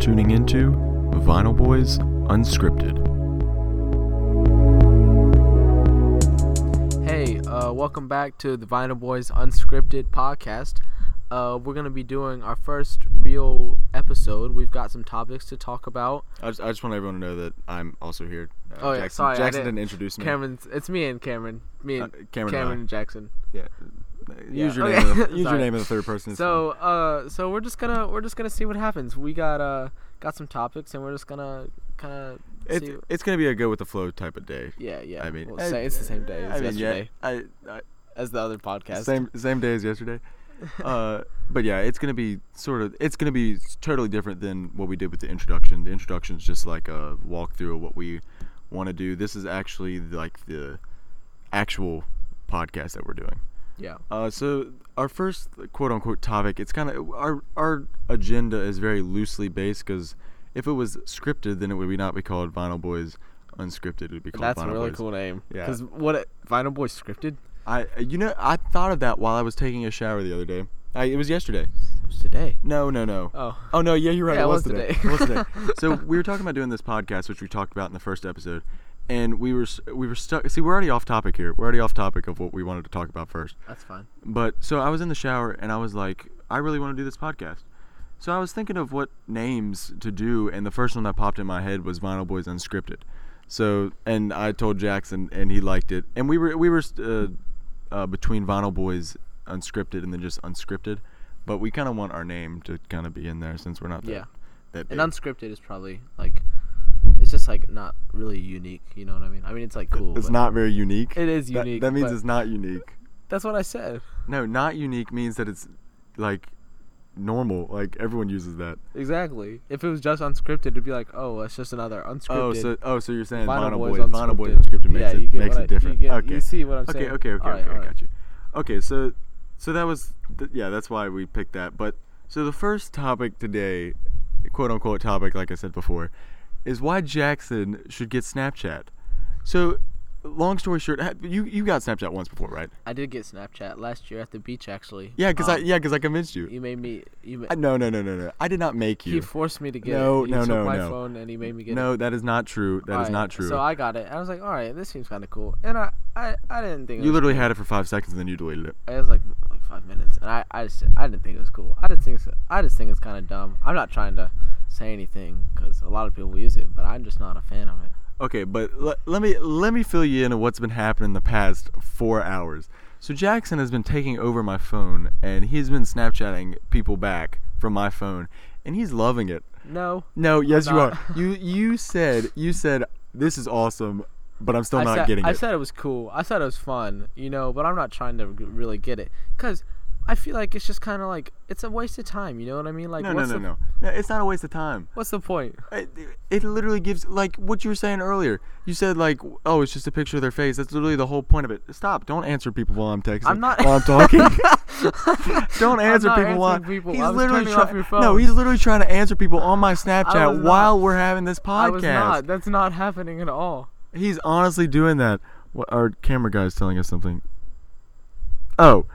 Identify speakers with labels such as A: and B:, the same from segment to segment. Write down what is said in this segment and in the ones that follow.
A: tuning into Vinyl Boys Unscripted.
B: Hey, uh, welcome back to the Vinyl Boys Unscripted podcast. Uh, we're gonna be doing our first real episode. We've got some topics to talk about.
C: I just, I just want everyone to know that I'm also here. Uh,
B: Oh, yeah,
C: Jackson,
B: sorry, I
C: Jackson
B: didn't-
C: didn't introduce me.
B: Cameron's, it's me and Cameron, me and
C: Uh, Cameron and
B: Cameron
C: I.
B: and Jackson.
C: Yeah. Use your
B: okay.
C: name. in the- Use
B: Sorry.
C: your name in the third person. it's
B: So, uh, so we're just gonna we're just gonna see what happens. We got uh got some topics, and we're just gonna kind of
C: fine.
B: see.
C: it's it's gonna be a go with the flow type of day.
B: Yeah, yeah.
C: I mean,
B: We'll say it's the same day as
C: I mean, yeah,
B: yesterday,
C: I- I-
B: as the other podcast.
C: same same day as yesterday. Uh, but yeah, it's gonna be sort of it's gonna be s- totally different than what we did with the introduction. The introduction's just like a walkthrough of what we want to do. This is actually like the actual podcast that we're doing.
B: Yeah.
C: Uh, so our first quote unquote topic, it's kind of our our agenda is very loosely based because if it was scripted, then it would be not be called Vinyl Boys Unscripted. It would be called
B: That's a
C: Vinyl
B: really
C: Boys.
B: cool name.
C: Yeah.
B: Because what it- Vinyl Boy scripted
C: I you know I thought of that while I was taking a shower the other day. I, it was yesterday.
B: It was today.
C: No, no, no.
B: Oh.
C: Oh no, yeah, you're right.
B: Yeah,
C: it was today. It was today. so we were talking about doing this podcast, which we talked about in the first episode, and we were s- we were stuck. See, we're already off topic here. We're already off topic of what we wanted to talk about first.
B: That's fine.
C: But so I was in the shower and I was like, I really want to do this podcast. So I was thinking of what names to do, and the first one that popped in my head was Vinyl Boys Unscripted. So and I told Jackson, and he liked it. And we were we were uh, uh, between Vinyl Boys Unscripted and then just Unscripted, but we kind of want our name to kind of be in there since we're not that
B: Yeah.
C: that big.
B: And unscripted is probably like it's just like not really unique. You know what I mean? I mean it's like cool.
C: it's
B: but
C: not very unique.
B: It is
C: That-
B: unique.
C: That, means
B: but
C: it's not unique.
B: That's what I said.
C: No, not unique means that it's like normal. Like everyone uses that.
B: Exactly. If it was just unscripted, it'd be like, oh, it's just another unscripted.
C: Oh, so oh, so you're saying
B: Vinyl
C: Vinyl,
B: Boys
C: Boys, Vinyl Boys
B: unscripted.
C: unscripted makes
B: Yeah,
C: it
B: you get
C: makes
B: what I-
C: it different.
B: you get-
C: okay.
B: you see what I'm
C: okay,
B: saying.
C: Okay, okay,
B: Alright,
C: okay, I
B: alright.
C: got you. Okay, so so that was th- yeah, that's why we picked that. But so the first topic today, quote unquote topic, like I said before, is why Jackson should get Snapchat. So, long story short, ha- you you got Snapchat once before, right?
B: I did get Snapchat last year at the beach actually.
C: Yeah, cause I
B: Um,
C: yeah, cause I convinced you.
B: you made me you ma-
C: I- no, no, no, no, no. I did not make
B: he
C: you.
B: forced me to get
C: No,
B: it. He
C: no,
B: took
C: no,
B: my
C: no.
B: phone and he made me get it.
C: No, that is not true. That is
B: Alright,
C: not true.
B: So I got it. I was like, all right, this seems kind of cool. And I, I, I didn't think it
C: you
B: was
C: literally had it for five seconds and then you deleted it.
B: It was like like five minutes, and I, I just I didn't think it was cool. I just think it's, I just think it's kind of dumb. I'm not trying to say anything because a lot of people use it, but I'm just not a fan of it.
C: Okay, but l- let me let me fill you in on what's been happening the past four hours. So Jackson has been taking over my phone, and he's been Snapchatting people back from my phone, and he's loving it.
B: No,
C: No, yes, you
B: not.
C: are. You you said you said this is awesome, but I'm still
B: I
C: not
B: said
C: getting
B: I
C: it.
B: said it was cool. I said it was fun, you know, but I'm not trying to g- really get it because I feel like it's just kind of like it's a waste of time. You know what I mean? Like
C: no, no,
B: what's
C: no,
B: the,
C: no, no. It's not a waste of time.
B: What's the point?
C: It, it literally gives like what you were saying earlier. You said like, oh, it's just a picture of their face. That's literally the whole point of it. Stop! Don't answer people while I'm texting.
B: I'm not-
C: while I'm talking. Don't
B: I'm
C: answer
B: not
C: people while
B: answering people.
C: he's
B: I was
C: literally
B: turning off
C: try-
B: your phone.
C: No, he's literally trying to answer people on my
B: I was
C: Snapchat
B: not.
C: while we're having this podcast.
B: I was not. That's not happening at all.
C: He's honestly doing that. What, our camera guy is telling us something. Oh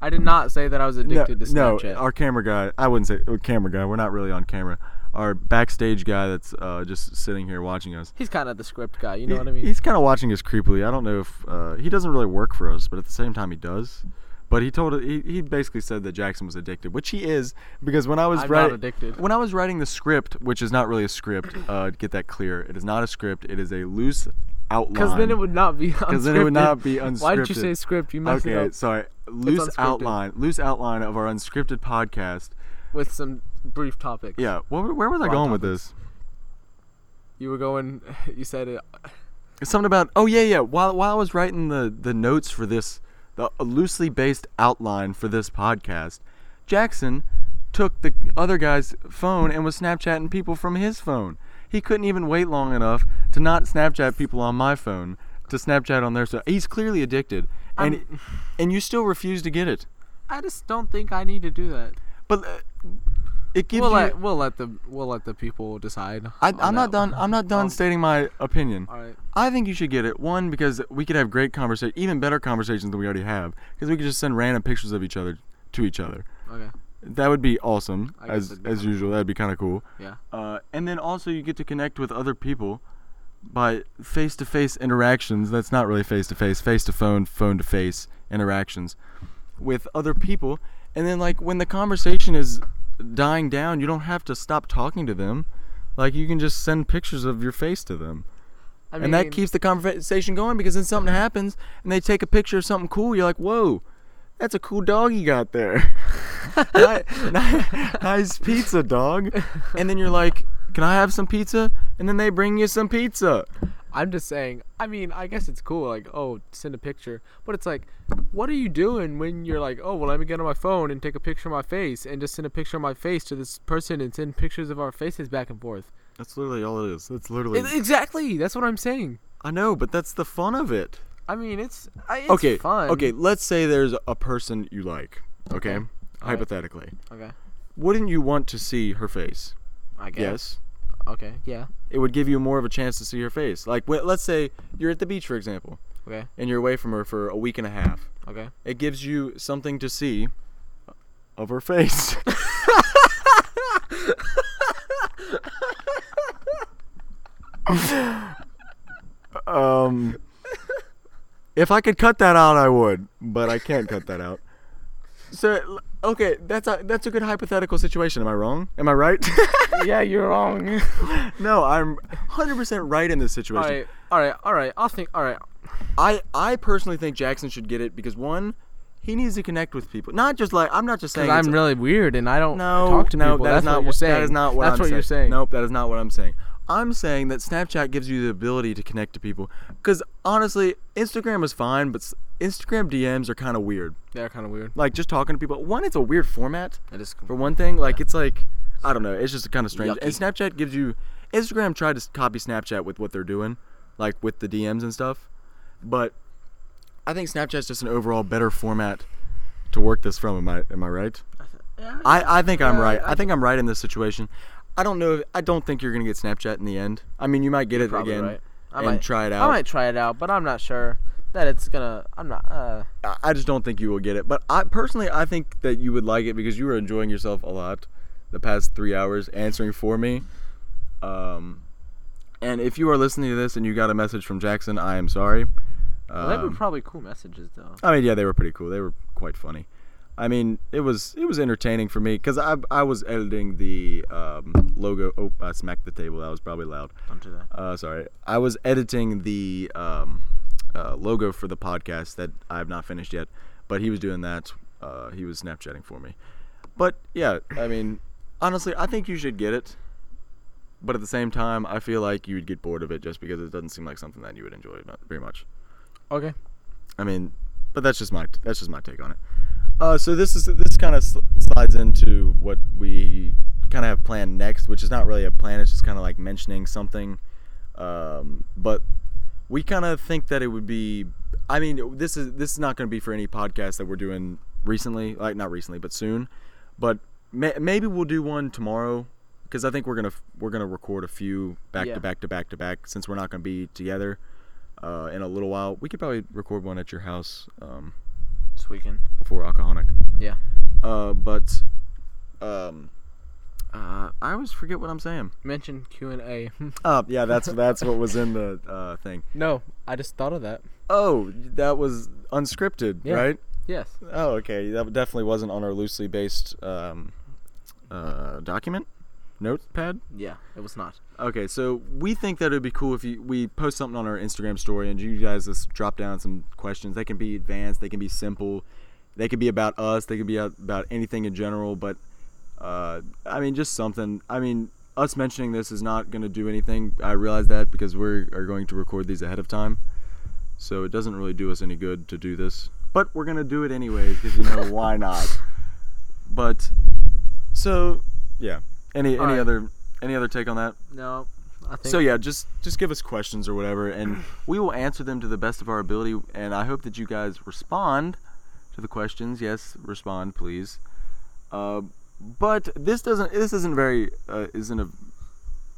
B: I did not say that I was
C: no,
B: addicted to
C: no,
B: Snapchat.
C: our camera guy. I wouldn't say oh, camera guy. We're not really on camera. Our backstage guy that's uh, just sitting here watching us.
B: he's kind of the script guy. You know
C: He-
B: what I mean?
C: He's kind of watching us creepily. I don't know if uh, he doesn't really work for us, but at the same time he does. But he told he, he basically said that Jackson was addicted, which he is because when I was
B: I'm not
C: writing
B: addicted.
C: when I was writing the script, which is not really a script, uh, to get that clear, it is not a script. It is a loose outline.
B: Because then it would not be unscripted.
C: Because then it would not be unscripted.
B: Why did you say script? You messed
C: okay,
B: it up
C: sorry. Loose
B: unscripted.
C: outline, loose outline of our unscripted podcast.
B: with some brief topics.
C: Yeah, where, where was I
B: Broad
C: going with this?
B: You were going, you said it.
C: It's something about oh yeah yeah while while I was writing the the notes for this the loosely based outline for this podcast, Jackson took the other guy's phone and was Snapchatting people from his phone. He couldn't even wait long enough to not Snapchat people on my phone to Snapchat on their. So he's clearly addicted, and and you still refuse to get it.
B: I just don't think I need to do that.
C: But uh, it gives
B: We'll
C: you.
B: let, we'll let the we'll let the people decide.
C: I,
B: on
C: I'm not
B: that one. Oh.
C: done. I'm not done stating my opinion.
B: All right.
C: I think you should get it. One, because we could have great conversation, even better conversations than we already have, because we could just send random pictures of each other to each other.
B: Okay.
C: That would be awesome,
B: I guess
C: as
B: that'd be
C: as usual. That'd be kind of cool.
B: Yeah.
C: Uh, and then also you get to connect with other people by face-to-face interactions. That's not really face-to-face, face-to-phone, phone-to-face interactions with other people. And then like when the conversation is dying down, you don't have to stop talking to them. Like you can just send pictures of your face to them
B: I
C: and that keeps the conversation going because then something happens and they take a picture of something cool. You're like, whoa, that's a cool dog you got there. Ni- ni- nice pizza, dog. And then you're like, can I have some pizza? And then they bring you some pizza.
B: I'm just saying. I mean, I guess it's cool. Like, oh, send a picture. But it's like, what are you doing when you're like, oh, well, let me get on my phone and take a picture of my face and just send a picture of my face to this person and send pictures of our faces back and forth.
C: That's literally all it is. That's literally.
B: E- exactly. That's what I'm saying.
C: I know, but that's the fun of it.
B: I mean, it's, I, it's
C: okay.
B: fun.
C: Okay. Let's say there's a person you like. Okay.
B: Okay.
C: Hypothetically,
B: Okay.
C: wouldn't you want to see her face?
B: I
C: Yes.
B: guess. Okay. Yeah.
C: It would give you more of a chance to see her face. Like, wh- let's say you're at the beach, for example.
B: Okay.
C: and you're away from her for a week and a half.
B: Okay.
C: It gives you something to see of her face. um, if I could cut that out, I would, but I can't cut that out. So, okay, that's a that's a good hypothetical situation. Am I wrong? Am I right?
B: yeah, you're wrong.
C: no, I'm 100% right in this
B: all
C: situation.
B: right. All right. All right. I'll think. All right.
C: I I personally think Jackson should get it because one, he needs to connect with people. Not just like I'm not just saying.
B: Because I'm
C: it's-
B: really weird and I don't
C: no,
B: talk to
C: no,
B: people.
C: that is
B: That's
C: not
B: what you're
C: what-
B: saying.
C: That is not what
B: That's
C: I'm
B: what
C: saying.
B: you're saying.
C: Nope, that is not what I'm saying. I'm saying that Snapchat gives you the ability to connect to people because honestly, Instagram is fine, but s- Instagram DMs are kind of weird.
B: They're kind of weird.
C: Like just talking to people. One, it's a weird format.
B: That is
C: For one thing, like it's like I don't know, it's just kind of strange. And
B: Yucky.
C: Snapchat gives you Instagram tried to s- copy Snapchat with what they're doing, like with the DMs and stuff. But I think Snapchat's just an overall better format to work this from. Am I am I right?
B: Yeah,
C: I, I think I'm
B: Yeah,
C: right.
B: I-
C: I think I'm right in this situation. I don't know. If, I don't think you're gonna get Snapchat in the end. I mean, you might get it
B: probably
C: again
B: right. I
C: and
B: might-
C: try it
B: I
C: out.
B: might try it out, but I'm not sure that it's gonna. I'm not. Uh,
C: I- I just don't think you will get it. But I personally, I think that you would like it because you were enjoying yourself a lot the past three hours answering for me. Um, and if you are listening to this and you got a message from Jackson, I am sorry.
B: well, they were
C: Um,
B: probably cool messages though.
C: I mean, yeah, they were pretty cool. They were quite funny. I mean, it was it was entertaining for me because I I was editing the um, logo. Oh, I smacked the table. That was probably loud.
B: Don't do that.
C: Uh, sorry, I was editing the um, uh, logo for the podcast that I have not finished yet, but he was doing that. Uh, he was Snapchatting for me. But yeah, I mean, honestly, I think you should get it. But at the same time, I feel like you would get bored of it just because it doesn't seem like something that you would enjoy not very much.
B: Okay.
C: I mean, but that's just my that's just my take on it. Uh, so this is this kind of sl- slides into what we kind of have planned next, which is not really a plan. It's just kind of like mentioning something. Um, but we kind of think that it would be. I mean, this is this is not going to be for any podcast that we're doing recently, like not recently, but soon. But may, maybe we'll do one tomorrow because I think we're gonna f- we're gonna record a few back
B: Yeah.
C: to back to back to back since we're not going to be together uh, in a little while. We could probably record one at your house um,
B: This weekend.
C: before Alcoholic.
B: Yeah.
C: Uh, but um, uh, I always forget what I'm saying.
B: Mention Q and A.
C: Uh, yeah, that's that's what was in the uh, thing.
B: no, I just thought of that.
C: Oh, that was unscripted,
B: Yeah.
C: right?
B: Yes.
C: Oh, okay. That definitely wasn't on our loosely based um, uh, document notepad.
B: Yeah, it was not.
C: Okay, so we think that it would be cool if you, we post something on our Instagram story and you guys just drop down some questions. They can be advanced, they can be simple, they can be about us, they can be about anything in general. But uh, I mean, just something. I mean, us mentioning this is not going to do anything. I realize that because we are going to record these ahead of time, so it doesn't really do us any good to do this. But we're going to do it anyways because you know why not. But so yeah, any any
B: Alright.
C: other any other take on that?
B: No, I think.
C: So yeah, just just give us questions or whatever, and we will answer them to the best of our ability. And I hope that you guys respond to the questions. Yes, respond, please. Uh, but this doesn't. This isn't very. Uh, isn't a.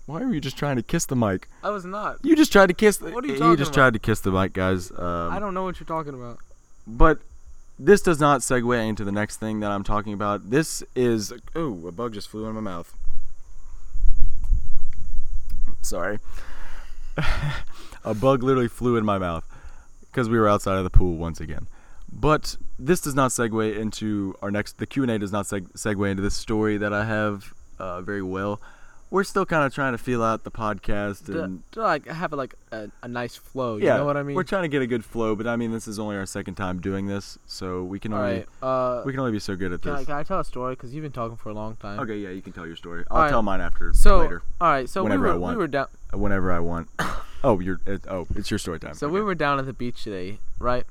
C: Why are you just trying to kiss the mic?
B: I was not.
C: You just tried to kiss. The,
B: What are you
C: he
B: talking
C: just
B: about?
C: tried to kiss the mic, guys. Um,
B: I don't know what you're talking about.
C: But This does not segue into the next thing that I'm talking about. This is oh, a bug just flew in my mouth. Sorry. a bug literally flew in my mouth because we were outside of the pool once again. But this does not segue into our next. The Q and A does not seg- segue into this story that I have uh, very well. We're still kind of trying to feel out the podcast
B: to,
C: and
B: to, like have like a, a nice flow. You
C: yeah,
B: know what I mean?
C: We're trying to get a good flow, but I mean, this is only our second time doing this, so we can
B: All
C: only
B: right. Uh,
C: we can only be so good at
B: can, I,
C: this.
B: can I tell a story? Because you've been talking for a long time.
C: Okay, yeah, you can tell your story.
B: All
C: I'll
B: right.
C: tell mine after
B: So
C: later,
B: all right. So
C: Whenever
B: we
C: I
B: were
C: want.
B: we were down.
C: whenever I want. Oh, you're it, oh, it's your story time.
B: So
C: okay.
B: we were down at the beach today, right?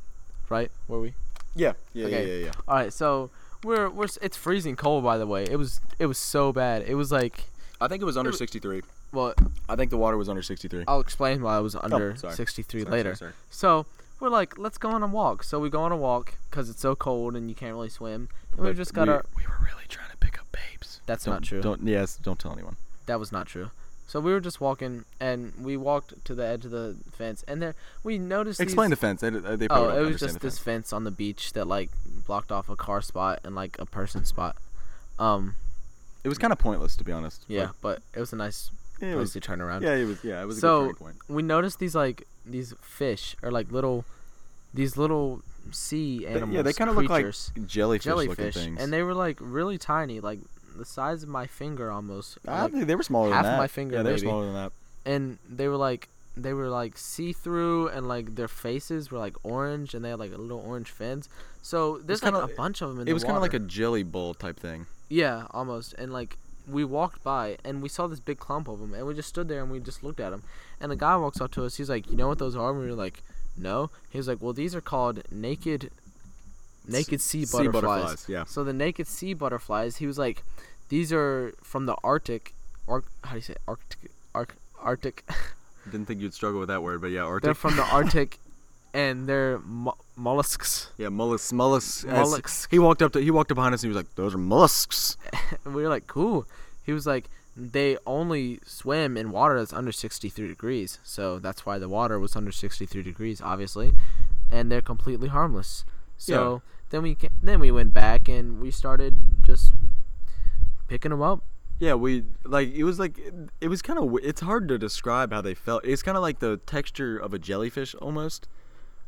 B: Right? Were we?
C: yeah yeah
B: okay.
C: yeah yeah yeah.
B: All right. So we're we're s- it's freezing cold. By the way, it was it was so bad. It was like
C: I think it was under 63.
B: well,
C: I think the water was under 63.
B: I'll explain why I was under
C: Oh, sorry.
B: 63
C: Sorry,
B: later.
C: sorry, sorry.
B: So we're like, let's go on a walk. So we go on a walk because it's so cold and you can't really swim. And we
C: But
B: just got
C: we,
B: our.
C: We were really trying to pick up babes.
B: That's
C: Don't-
B: not true.
C: Don't yes. Don't tell anyone.
B: That was not true. So we were just walking and we walked to the edge of the fence and there we noticed.
C: Explain
B: these,
C: the fence. They, they probably
B: Oh,
C: don't
B: it was
C: understand
B: just
C: the
B: this
C: fence.
B: fence on the beach that like blocked off a car spot and like a person spot. Um,
C: It was kind of pointless, to be honest.
B: yeah, but it was a nice
C: Like, it
B: place
C: was,
B: to turn around.
C: yeah, it was. Yeah, it was a
B: So-
C: good turning point.
B: We noticed these like these fish or like little, these little sea
C: They-
B: animals.
C: yeah, they kind of look like
B: creatures,
C: jellyfish, looking
B: jellyfish,
C: things.
B: and they were like really tiny, like the size of my finger almost.
C: I
B: like-
C: think they were smaller
B: half
C: than that.
B: my finger,
C: Yeah, they were
B: maybe.
C: smaller than that.
B: and they were like they were like see through and like their faces were like orange and they had like little orange fins. So there's like
C: kinda-
B: a bunch of them in
C: It was
B: kind of
C: like a jelly bowl type thing.
B: yeah almost and like we walked by and we saw this big clump of them and we just stood there and we just looked at them and the guy walks up to us he's like you know what those are and we were like no he was like well these are called naked naked sea butterflies.
C: sea butterflies, yeah.
B: so the naked sea butterflies he was like these are from the Arctic Arc how do you say it? Arctic Arc, Arctic
C: Didn't think you'd struggle with that word, but yeah,
B: They're
C: Arctic.
B: from the Arctic, and they're mo- mollusks.
C: yeah, mollusks. Mollusks. as-
B: Mollusks.
C: He walked up to. He walked up behind us and he was like, "Those are mollusks."
B: And we were like, cool. He was like, they only swim in water that's under 63 degrees. So that's why the water was under 63 degrees, obviously. And they're completely harmless. So then we ca- then we went back and we started just picking them up.
C: Yeah, we like it was like it, it was kind of it's hard to describe how they felt. It's kind of like the texture of a jellyfish almost,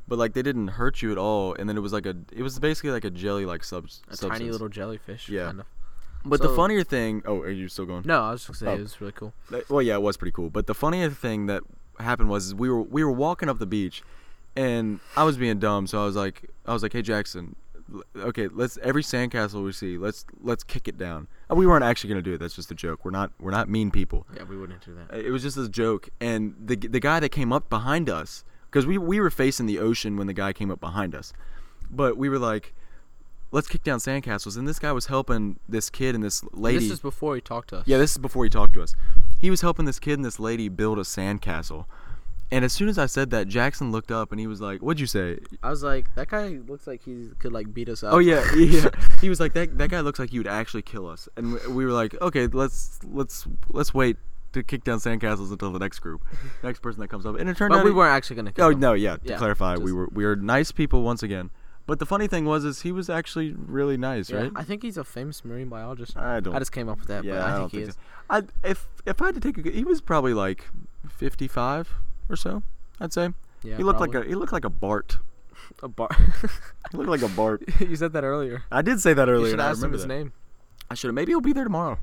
C: but like they didn't hurt you at all. And then it was like a it was basically like a jelly like sub
B: A tiny little jellyfish.
C: Yeah.
B: Kind of.
C: But the
B: so-
C: funnier thing, oh, are you still going?
B: No, I was just gonna say
C: Oh.
B: it was really cool.
C: Like, Well, yeah, it was pretty cool. But the funnier thing that happened was is we were we were walking up the beach, and I was being dumb, so I was like, I was like, hey Jackson, l- okay, let's every sandcastle we see, let's let's kick it down. And we weren't actually gonna do it. That's just a joke. We're not we're not mean people.
B: Yeah, we wouldn't do that.
C: It was just this joke, and the the guy that came up behind us, because we we were facing the ocean when the guy came up behind us, but we were like. Let's kick down sandcastles, and this guy was helping this kid and this lady.
B: This is before he talked to us.
C: Yeah, this is before he talked to us. He was helping this kid and this lady build a sandcastle. And as soon as I said that, Jackson looked up and he was like, "What'd you say?"
B: I was like, that guy looks like he could like beat us up.
C: Oh yeah, yeah. he was like, "That that guy looks like he would actually kill us." And we- we were like, "Okay, let's let's let's wait to kick down sandcastles until the next group, next person that comes up." And it turned
B: But
C: out
B: we
C: he-
B: weren't actually gonna. kill
C: Oh
B: him.
C: no, yeah. To
B: Yeah,
C: clarify, we
B: just-
C: were we were nice people once again. But the funny thing was, is he was actually really nice,
B: Yeah,
C: right?
B: I think he's a famous marine biologist.
C: I don't.
B: I just came up with that,
C: yeah,
B: but I,
C: I,
B: think
C: don't
B: he
C: think
B: is.
C: so. I if if I had to take a, gu- he was probably like fifty five or so. I'd say
B: Yeah,
C: he looked like a he looked like a Bart.
B: a, bar.
C: He looked like a Bart.
B: you said that earlier.
C: I did say that
B: You
C: earlier.
B: should
C: and I
B: ask him
C: remember
B: his
C: that.
B: name.
C: I should have. Maybe he'll be there tomorrow.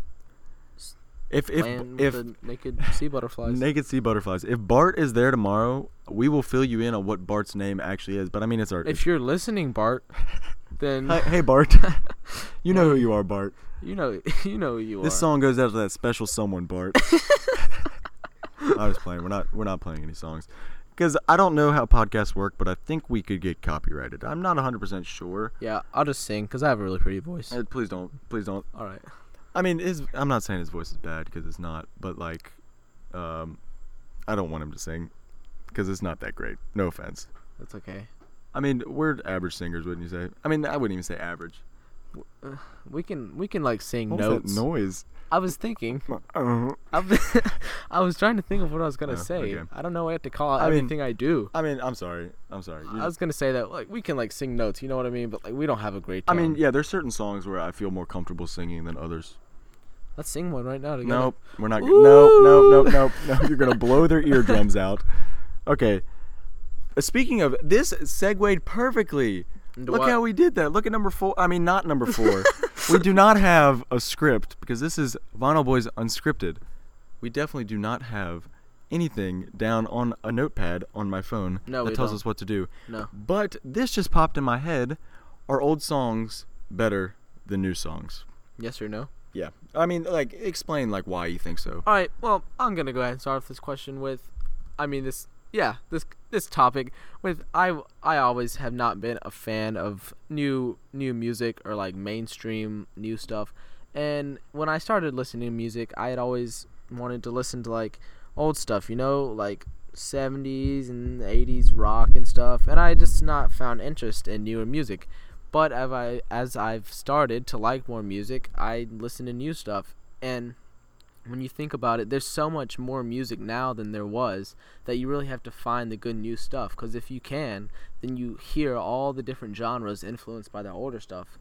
B: S-
C: If if
B: Land
C: if
B: with the naked sea butterflies.
C: naked sea butterflies. If Bart is there tomorrow, we will fill you in on what Bart's name actually is. But I mean, it's our.
B: if you're listening, Bart, then
C: hey, hey Bart, you know who you are, Bart.
B: you know you know who you
C: This
B: are.
C: song goes out to that special someone, Bart. I was playing. We're not. We're not playing any songs, because I don't know how podcasts work, but I think we could get copyrighted. I'm not 100 percent sure.
B: yeah, I'll just sing because I have a really pretty voice.
C: Uh, please don't. Please don't.
B: All right.
C: I mean, his. I'm not saying his voice is bad because it's not, but like, um, I don't want him to sing because it's not that great. No offense.
B: That's okay.
C: I mean, we're average singers, wouldn't you say? I mean, I wouldn't even say average.
B: We can we can like sing
C: What was
B: notes.
C: that noise?
B: I was thinking.
C: Uh,
B: I was- I was trying to think of what I was gonna
C: Oh,
B: say.
C: okay.
B: I don't know. I have to call out
C: I mean,
B: everything I do.
C: I mean, I'm sorry. I'm sorry. You-
B: I was gonna say that like we can like sing notes. You know what I mean? But like we don't have a great.
C: I
B: Time.
C: mean, yeah, there's certain songs where I feel more comfortable singing than others.
B: let's sing one right now. Together.
C: Nope, we're not. Nope, nope, nope, nope, nope. You're gonna blow their eardrums out. Okay. Uh, Speaking of this, segued perfectly.
B: Into
C: Look
B: what?
C: how we did that. Look at number four. I mean, not number four. we do not have a script because this is Vinyl Boys unscripted. We definitely do not have anything down on a notepad on my phone
B: No,
C: that
B: we
C: tells
B: don't.
C: us what to do.
B: No.
C: But this just popped in my head. Are old songs better than new songs?
B: Yes or no?
C: Yeah. I mean, like, explain like why you think so.
B: All right. Well, I'm gonna go ahead and start off this question with, I mean this, yeah, this this topic with I I always have not been a fan of new new music or like mainstream new stuff, and when I started listening to music, I had always wanted to listen to like old stuff, you know, like 70s and 80s rock and stuff, and I just not found interest in newer music. But as I as I've started to like more music, I listen to new stuff and when you think about it, there's so much more music now than there was that you really have to find the good new stuff. Because if you can, then you hear all the different genres influenced by the older stuff.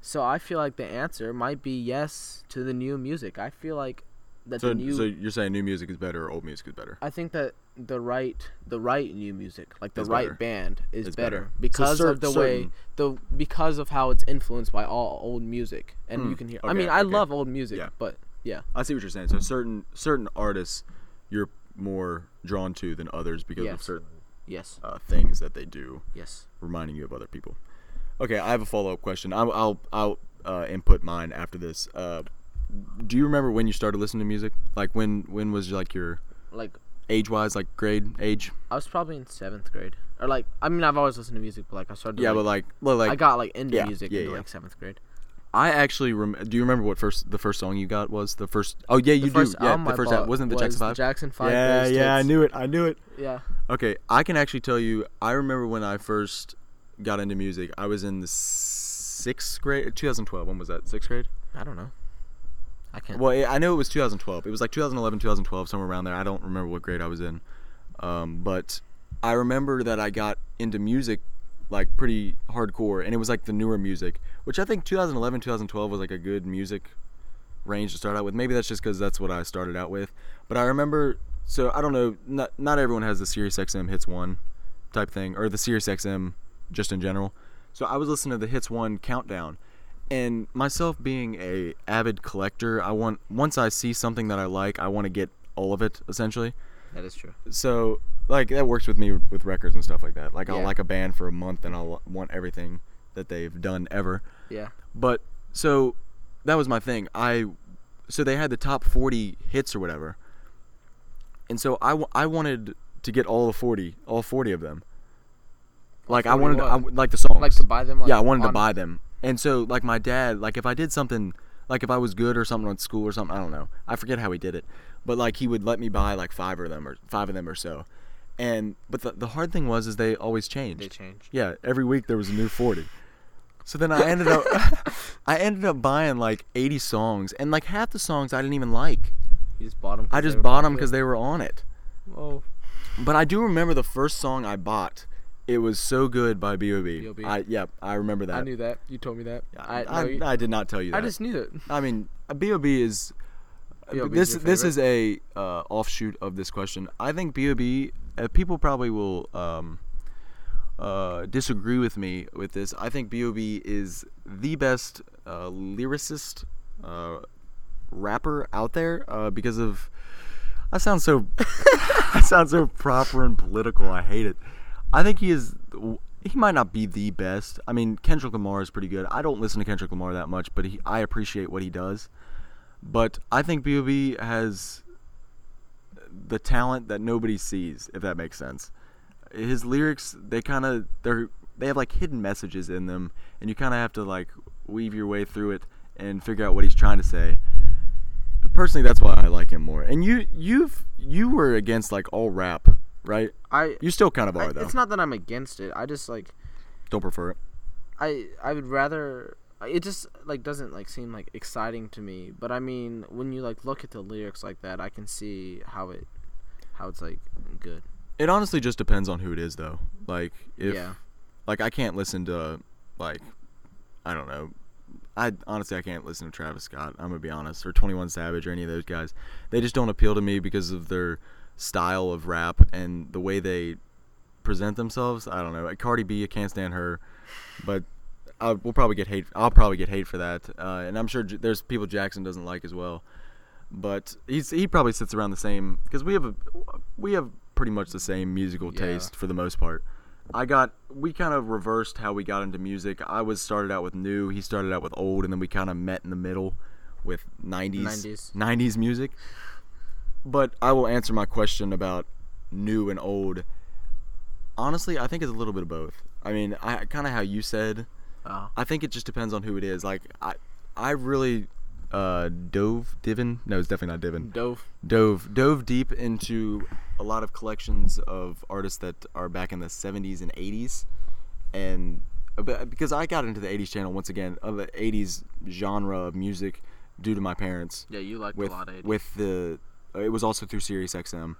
B: So I feel like the answer might be yes to the new music. I feel like that
C: So,
B: the new.
C: so you're saying new music is better or old music is better?
B: I think that the right the right new music, like the
C: Is
B: right
C: better.
B: band, is
C: Is
B: better,
C: better.
B: because
C: So cer-
B: of the way
C: certain-
B: the because of how it's influenced by all old music, and you can hear. I
C: Hmm. okay,
B: mean, I
C: okay.
B: love old music,
C: Yeah.
B: but yeah,
C: I see what you're saying. So certain certain artists you're more drawn to than others because of
B: Yes.
C: certain
B: yes,
C: uh, things that they do,
B: yes.
C: reminding you of other people. Okay, I have a follow up question. I'll I'll, I'll uh, input mine after this. Uh, do you remember when you started listening to music? Like when when was like your
B: Like
C: age wise like grade age?
B: I was probably in seventh grade, or like I mean, I've always listened to music, but like I started.
C: Yeah,
B: like,
C: but like well, like
B: I got like into
C: yeah,
B: music
C: yeah,
B: into
C: yeah.
B: like seventh grade.
C: I actually rem- do you remember what first the first song you got was the first Oh yeah, you
B: the first
C: do. Yeah,
B: album
C: the
B: I
C: first album
B: bought
C: wasn't it the
B: was
C: Jackson 5.
B: Jackson Five.
C: yeah,
B: Greatest
C: yeah, I
B: Hits.
C: knew it. I knew it.
B: Yeah,
C: Okay, I can actually tell you. I remember when I first got into music. I was in the sixth grade, 2012. When was that? Sixth grade?
B: I don't know. I can't.
C: Well, I know it was 2012. It was like 2011, 2012, somewhere around there. I don't remember what grade I was in, um, but I remember that I got into music like pretty hardcore, and it was like the newer music, which I think 2011, 2012 was like a good music range to start out with. Maybe that's just because that's what I started out with. But I remember, so I don't know, not not everyone has the Sirius XM Hits One type thing, or the Sirius XM just in general. So I was listening to the Hits One countdown, and myself being a avid collector, I want once I see something that I like, I want to get all of it essentially
B: that is true.
C: so like that works with me with records and stuff like that. Like I'll
B: Yeah.
C: like a band for a month and I'll want everything that they've done ever.
B: Yeah,
C: But so that was my thing. I so they had the top 40 hits or whatever. And so I, w- I wanted to get all the 40, all 40 of them. Like I
B: 40
C: wanted I
B: what?
C: w- like the songs.
B: like to buy them. Like,
C: yeah, I wanted to
B: on-
C: buy them. And so like my dad, like if I did something like if I was good or something on school or something, I don't know. I forget how he did it. But like he would let me buy like five of them or five of them or so. And but the, the hard thing was is they always changed.
B: They changed.
C: Yeah, every week there was a new 40. So then I ended up I ended up buying like 80 songs and like half the songs I didn't even like.
B: You just bought them.
C: I just bought them because they were on it.
B: Oh,
C: But I do remember the first song I bought. It was so good by B.O.B.
B: B.O.B..
C: I yeah, I remember that.
B: I knew that. You told me that.
C: I,
B: I no, you-
C: I did not tell you that.
B: I just knew that.
C: I mean, uh, a Bob is. uh,
B: B.O.B. is
C: this
B: your
C: this is a uh, offshoot of this question. I think Bob. Uh, people probably will um, uh, disagree with me with this. I think Bob is the best uh, lyricist uh, rapper out there uh, because of. I sound so. I sound so proper and political. I hate it. I think he is. He might not be the best. I mean, Kendrick Lamar is pretty good. I don't listen to Kendrick Lamar that much, but he, I appreciate what he does. But I think B.O.B. has the talent that nobody sees, if that makes sense. His lyrics, they kind of they're they have like hidden messages in them, and you kind of have to like weave your way through it and figure out what he's trying to say. Personally, that's why I like him more. And you you've you were against like all rap, right?
B: I.
C: You still kind of
B: I
C: are though.
B: it's not that I'm against it. I just like
C: Don't prefer it.
B: I I would rather it just like doesn't like seem like exciting to me. But I mean, when you like look at the lyrics like that, I can see how it how it's like good.
C: It honestly just depends on who it is, though. Like if
B: Yeah.
C: like I can't listen to like I don't know. I honestly I can't listen to Travis Scott. I'm gonna be honest, or 21 Savage, or any of those guys. They just don't appeal to me because of their style of rap and the way they present themselves. I don't know. Cardi B, I can't stand her, but I, we'll probably get hate. I'll probably get hate for that, uh, and I'm sure J- there's people Jackson doesn't like as well. But he's he probably sits around the same because we have a we have pretty much the same musical
B: Yeah.
C: taste for the most part. I got we kind of reversed how we got into music. I was started out with new, he started out with old, and then we kind of met in the middle with 90s
B: 90s.
C: 90s music. But I will answer my question about new and old. Honestly, I think it's a little bit of both. I mean, I kind of how you said.
B: Oh.
C: I think it just depends on who it is. Like I, I really uh, dove Divin. No, it's definitely not Divin
B: Dove.
C: dove dove deep into a lot of collections of artists that are back in the 70s and 80s and but- because I got into the 80s channel once again of the 80s genre of music due to my parents
B: Yeah, you liked
C: with
B: a lot of it.
C: with the it was also through Sirius XM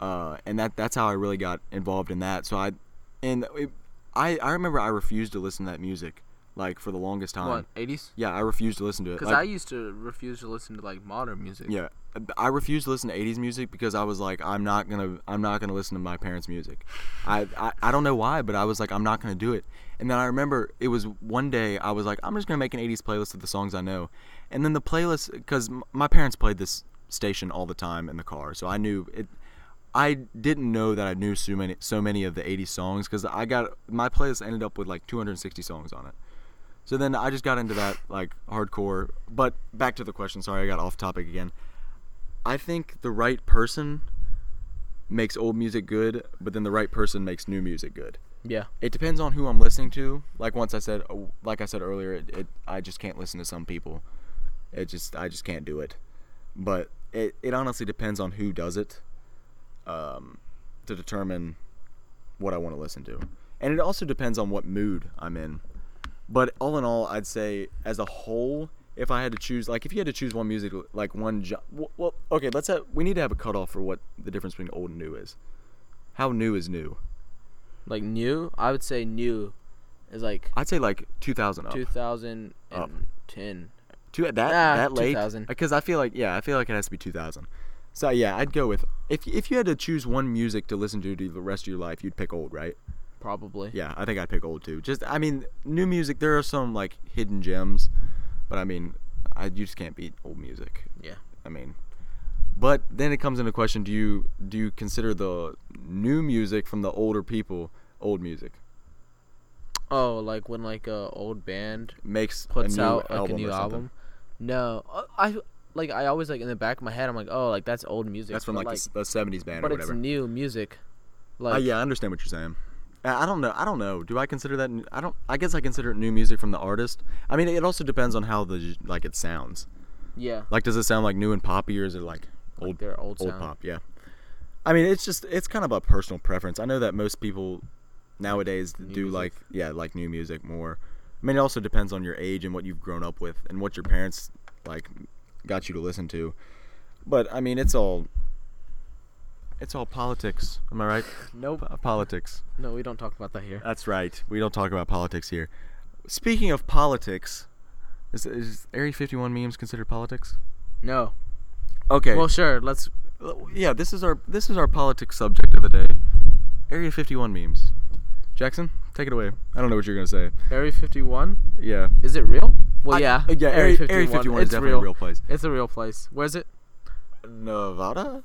C: uh, and that that's how I really got involved in that so I and it, I I remember I refused to listen to that music like for the longest time
B: what eighties?
C: yeah I refused to listen to it
B: Because
C: Like-
B: I used to refuse to listen to like modern music.
C: yeah, I refused to listen to '80s music because I was like, I'm not gonna, I'm not gonna listen to my parents' music. I, I, I don't know why, but I was like, I'm not gonna do it. And then I remember it was one day I was like, I'm just gonna make an '80s playlist of the songs I know. And then the playlist, because my parents played this station all the time in the car, so I knew it. I didn't know that I knew so many, so many of the '80s songs because I got my playlist ended up with like 260 songs on it. So then I just got into that like hardcore. But back to the question. Sorry, I got off topic again. I think the right person makes old music good, but then the right person makes new music good.
B: Yeah.
C: It depends on who I'm listening to. Like once I said, oh, like I said earlier, it, it I just can't listen to some people. It just I just can't do it. But it, it honestly depends on who does it, um, to determine what I want to listen to, and it also depends on what mood I'm in. But all in all, I'd say as a whole, if I had to choose, like if you had to choose one music, like one, jo- well, well, okay, let's have we need to have a cutoff for what the difference between old and new is. How new is new?
B: Like new, I would say new is like
C: I'd say like 2000 up.
B: two thousand and ten.
C: Two, that
B: Ah,
C: that late?
B: 2000.
C: Because I feel like yeah, I feel like it has to be 2000. So yeah, I'd go with if if you had to choose one music to listen to the rest of your life, you'd pick old, right?
B: Probably.
C: Yeah, I think I'd pick old too. Just I mean, new music there are some like hidden gems, but I mean, I you just can't beat old music.
B: Yeah.
C: I mean, but then it comes into question: Do you do you consider the new music from the older people old music?
B: Oh, like when like a old band
C: Makes
B: puts
C: a new
B: out like a
C: album
B: new
C: or something.
B: album. No, Uh, I like I always like in the back of my head I'm like, oh, like that's old music.
C: That's from
B: but,
C: like, the, the '70s band
B: but
C: or
B: it's
C: whatever.
B: new music. Like
C: Uh, yeah, I understand what you're saying. I I don't know. I don't know. Do I consider that? n- I don't. I guess I consider it new music from the artist. I mean, it also depends on how the j- like it sounds.
B: yeah,
C: Like, does it sound like new and poppy, or is it like old
B: they're old
C: old
B: sound.
C: pop? Yeah. I mean, it's just it's kind of a personal preference. I know that most people nowadays do
B: music.
C: like yeah, like new music more. I mean, it also depends on your age and what you've grown up with and what your parents like got you to listen to. But I mean, it's all it's all politics. Am I right?
B: Nope.
C: Po- Politics.
B: No, we don't talk about that here.
C: That's right. We don't talk about politics here. Speaking of politics, is, is Area 51 memes considered politics?
B: No.
C: Okay.
B: Well, sure. Let's.
C: yeah, this is our this is our politics subject of the day. Area 51 memes. Jackson, take it away. I don't know what you're going to say.
B: Area 51.
C: Yeah.
B: Is it real? Well,
C: I- uh,
B: yeah.
C: yeah, Area- Area 51 is
B: it's
C: definitely a real place.
B: It's a real place. Where's it?
C: Nevada?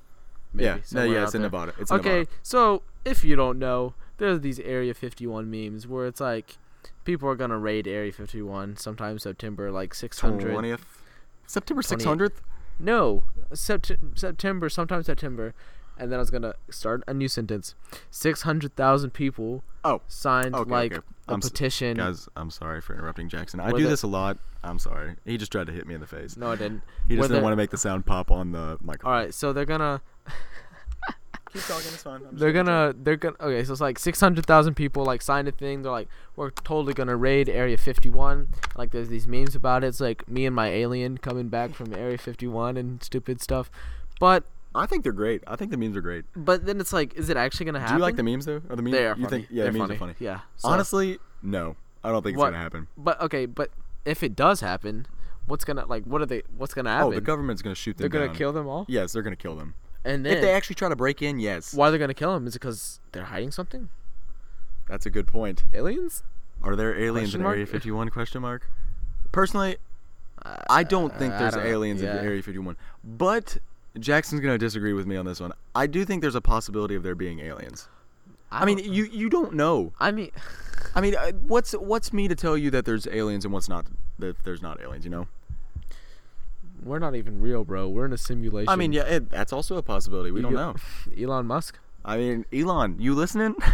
B: Maybe,
C: yeah. No,
B: somewhere
C: yeah,
B: out
C: it's in
B: there.
C: Nevada. It's in
B: okay,
C: Nevada.
B: so if you don't know, there's these Area 51 memes where it's like people are gonna raid Area 51 sometime September like 600.
C: 20th. September
B: 20th.
C: 600th?
B: No, sept- September, sometime September, and then I was gonna start a new sentence. 600,000 people
C: Oh.
B: signed
C: Okay,
B: like
C: okay.
B: a
C: I'm s-
B: petition.
C: Guys, I'm sorry for interrupting Jackson. I
B: Were
C: do
B: the-
C: this a lot. I'm sorry. He just tried to hit me in the face.
B: No, I didn't.
C: He just
B: Were
C: didn't
B: the-
C: want to make the sound pop on the microphone.
B: All right, so they're gonna.
C: Keep talking. It's fine. I'm just
B: They're
C: gonna
B: gonna, they're gonna. Okay, so it's like six hundred thousand people like signed a thing. They're like, we're totally gonna raid Area Fifty One. Like, there's these memes about it. It's like me and my alien coming back from Area Fifty One and stupid stuff. But
C: I think they're great. I think the memes are great.
D: But then it's like, is it actually gonna
C: Do
D: happen?
C: you like the memes though? Are the memes?
D: They are
C: you
D: funny.
C: think yeah,
D: They're
C: the memes
D: funny.
C: are funny.
D: Yeah.
C: Honestly, no. I don't think it's
B: What-
C: gonna happen.
B: but okay, but if it does happen, what's gonna like? What are they? What's gonna happen?
C: Oh, the government's gonna shoot them.
B: they're gonna
C: down.
B: kill them all.
C: Yes, they're gonna kill them.
D: and then
C: If they actually try to break in, yes.
B: Why they're gonna kill them? Is it because they're hiding something?
C: That's a good point.
B: Aliens?
C: Are there aliens
B: Question
C: in
B: mark?
C: Area 51? Question mark. Personally, I don't think
D: Uh, I
C: there's
D: don't-
C: aliens
D: yeah.
C: in Area 51. But Jackson's gonna disagree with me on this one. I do think there's a possibility of there being aliens. I, mean, you you don't know.
D: I mean,
C: I mean, uh, what's what's me to tell you that there's aliens and what's not that there's not aliens? You know.
B: We're not even real, bro. We're in a simulation.
C: I mean, yeah, it, that's also a possibility. We
B: You
C: don't know.
B: go- Elon Musk.
C: I mean, Elon, you listening?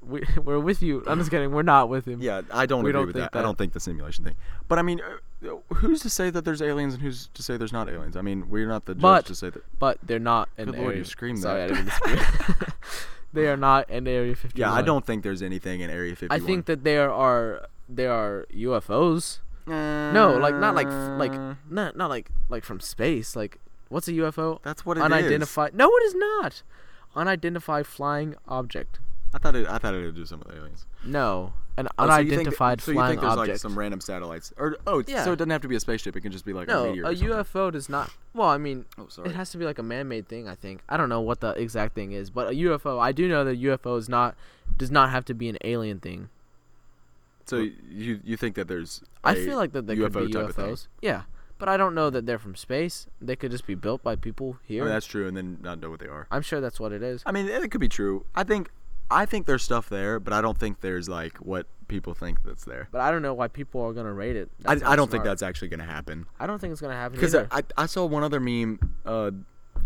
B: We, we're with you. I'm just kidding. We're not with him.
C: yeah, I don't
B: We
C: agree
B: don't
C: with
B: think
C: that. I
B: that.
C: don't think the simulation thing. But I mean, uh, who's to say that there's aliens and who's to say there's not aliens? I mean, we're not the judge
B: But-
C: to say that.
B: But they're not in
C: Good
B: area.
C: lord, you screamed
B: Sorry,
C: that.
B: I didn't mean to scream. they are not in Area 51.
C: Yeah, I don't think there's anything in Area 51.
B: I think that there are there are UFOs. No, like not like f- like
C: Mm.
B: not not like like from space. Like what's a UFO?
C: that's what it is.
B: Unidentified. No, it is not. Unidentified flying object.
C: I thought it. I thought it would do some of the aliens.
B: No, an
C: Oh, so you think that-
B: unidentified
C: so you
B: flying
C: think there's
B: object.
C: like some random satellites, or oh,
B: Yeah.
C: so it doesn't have to be a spaceship. It can just be like
B: no,
C: a
B: a
C: meteor. or something.
B: UFO does not. Well, I mean,
C: Oh, sorry.
B: it has to be like a man-made thing. I think I don't know what the exact thing is, but a UFO. I do know that UFO is not does not have to be an alien thing.
C: So you you think that there's?
B: I
C: a
B: feel like that they
C: UFO
B: could be
C: type of thing.
B: UFOs. Yeah, but I don't know that they're from space. They could just be built by people
C: I
B: here.
C: mean, that's true, and then not know what they are.
B: I'm sure that's what it is.
C: I mean, it could be true. I think I think there's stuff there, but I don't think there's like what people think that's there.
B: But I don't know why people are gonna rate it.
C: I,
B: That's
C: I
B: not
C: don't think
B: smart.
C: that's actually gonna happen.
B: I don't think it's gonna happen.
C: Because
B: Either.
C: I, I saw one other meme. Uh,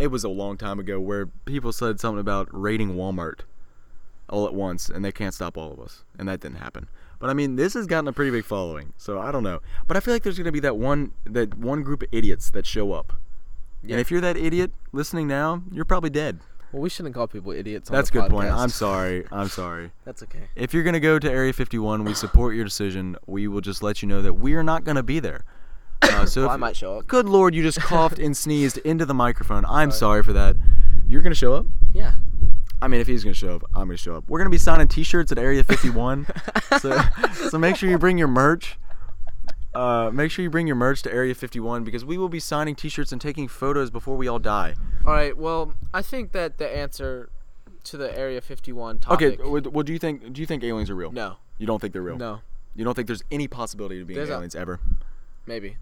C: it was a long time ago where people said something about raiding Walmart all at once, and they can't stop all of us, and that didn't happen. But I mean, this has gotten a pretty big following, so I don't know. But I feel like there's gonna be that one that one group of idiots that show up. And if you're that idiot listening now, you're probably dead.
B: well, we shouldn't call people idiots. On
C: That's a
B: the
C: good point.
B: podcast.
C: I'm sorry. I'm sorry.
D: that's okay.
C: If you're going to go to Area 51, we support your decision. We will just let you know that we are not going to be there. Uh,
D: Well,
C: so if-
D: I might show up.
C: Good lord, you just coughed and sneezed into the microphone. I'm sorry for that. You're going to show up?
D: Yeah.
C: I mean, if he's going to show up, I'm going to show up. We're going to be signing T-shirts at Area 51, so so make sure you bring your merch. Uh, make sure you bring your merch to Area 51 because we will be signing T-shirts and taking photos before we all die.
B: All right. Well, I think that the answer to the Area 51
C: Okay,
B: topic.
C: what, what do you think? Do you think aliens are real?
B: No.
C: You don't think they're real?
B: No.
C: You don't think there's any possibility of being
B: There's a-
C: aliens ever?
B: Maybe.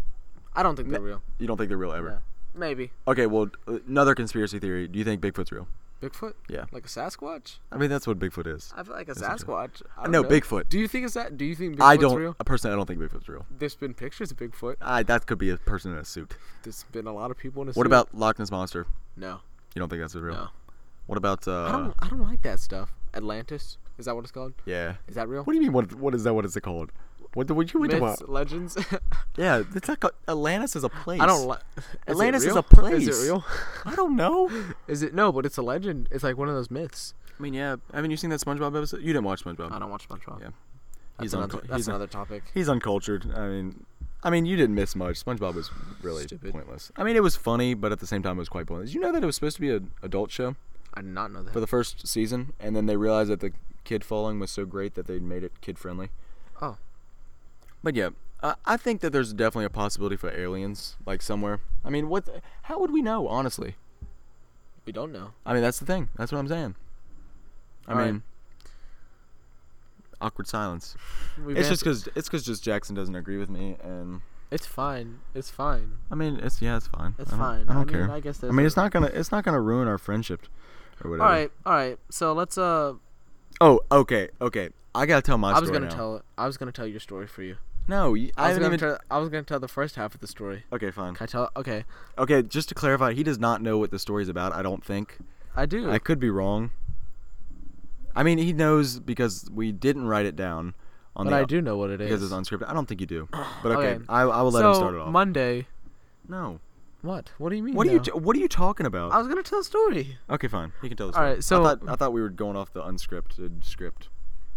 B: I don't think they're real.
C: You don't think they're real ever?
B: Maybe.
C: Okay, well, another conspiracy theory. Do you think Bigfoot's real?
B: Bigfoot?
C: Yeah.
B: Like a Sasquatch?
C: I mean, that's what Bigfoot is.
D: I feel like a
C: That's okay.
D: Sasquatch. I don't
C: No,
D: know.
C: Bigfoot.
B: Do you think it's that? Do you think Bigfoot's
C: I don't.
B: real?
C: Personally, I don't think Bigfoot's real.
B: There's been pictures of Bigfoot.
C: I, that could be a person in a suit.
B: There's been a lot of people in a
C: What about Loch Ness monster?
B: No.
C: You don't think that's real?
B: No.
C: What about? Uh,
B: I don't I don't like that stuff. Atlantis? Is that what it's called?
C: Yeah.
B: Is that real?
C: What do you mean? What? What is that? What is it called? What? the- What you talking
B: Myths,
C: about?
B: legends?
C: Yeah, it's like a, Atlantis is a place.
B: I don't like
C: Atlantis is a
B: Is
C: place.
B: it real?
C: I don't know.
B: Is it no, but it's a legend. It's like one of those myths.
C: I mean, yeah. Haven't you seen that SpongeBob episode? You didn't watch SpongeBob.
D: I don't watch SpongeBob.
C: Yeah.
D: That's
C: He's
D: another,
C: unco-
D: that's
C: he's un-
D: another topic.
C: He's uncultured. I mean, I mean, you didn't miss much. SpongeBob was really
B: Stupid.
C: pointless. I mean, it was funny, but at the same time, it was quite pointless. Did You know that it was supposed to be an adult show
D: I did not know that.
C: for the first season, and then they realized that the kid following was so great that they made it kid friendly.
D: Oh.
C: But yeah, I, I think that there's definitely a possibility for aliens, like somewhere. I mean, what? the- how would we know, honestly?
B: We don't know.
C: I mean, that's the thing. That's what I'm saying. I
D: Alright.
C: mean, awkward silence.
B: We've
C: It's
B: answered-
C: just because it's because just Jackson doesn't agree with me, and
B: it's fine. It's fine.
C: I mean, it's yeah, it's fine.
D: It's
C: I don't-
D: fine.
C: I don't
D: mean,
C: care.
D: I guess
C: I
D: that's.
C: mean, it's not gonna it's not gonna ruin our friendship or
D: All
C: whatever.
D: right, all right. So let's. Uh,
C: Oh, okay, okay. I gotta tell my
D: I was
C: story
D: gonna
C: now.
D: tell. I was gonna tell your story for you.
C: No, you, I,
D: I was
C: haven't
D: gonna.
C: even.
D: tell, I was gonna tell the first half of the story.
C: okay, fine.
D: Can I tell? Okay,
C: Okay, just to clarify, he does not know what the story's about. I don't think.
D: I do.
C: I could be wrong. I mean, he knows because we didn't write it down on
B: But
C: the
B: I do know what it
C: because
B: is.
C: it's unscripted. I don't think you do. But okay,
D: Okay.
C: I, I will let
B: so
C: him start it off.
B: Monday,
C: no,
B: What? What do you mean?
C: What are you
B: though?
C: t- What are you talking
D: I
C: about?
D: was gonna tell a story.
C: Okay, fine. You can tell us.
B: All
C: now.
B: right, so-
C: I thought, I thought we were going off the unscripted script.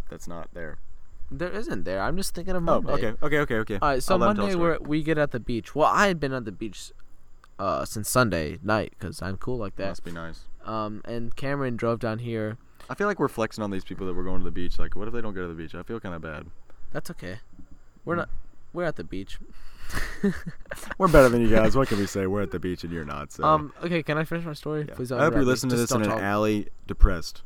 C: That's not there.
D: There isn't there. I'm just thinking of
C: Oh,
D: Monday.
C: okay, okay, okay, okay.
B: All right, so
C: I'll let him tell
B: Monday
C: us
B: we we get at the beach. Well, I had been at the beach uh, since Sunday night because I'm cool like that.
C: Must be nice.
B: Um, and Cameron drove down here.
C: I feel like we're flexing on these people that we're going to the beach. Like, what if they don't go to the beach? I feel kind of bad.
D: That's okay.
B: We're not. We're at the beach.
C: We're better than you guys. What can we say? We're at the beach and you're not. So.
B: Um. Okay. Can I finish my story?
C: Yeah.
B: Please.
C: I
B: don't
C: hope you're
B: interrupt me.
C: listening to
B: Just
C: this in
B: don't
C: an
B: talk.
C: alley depressed.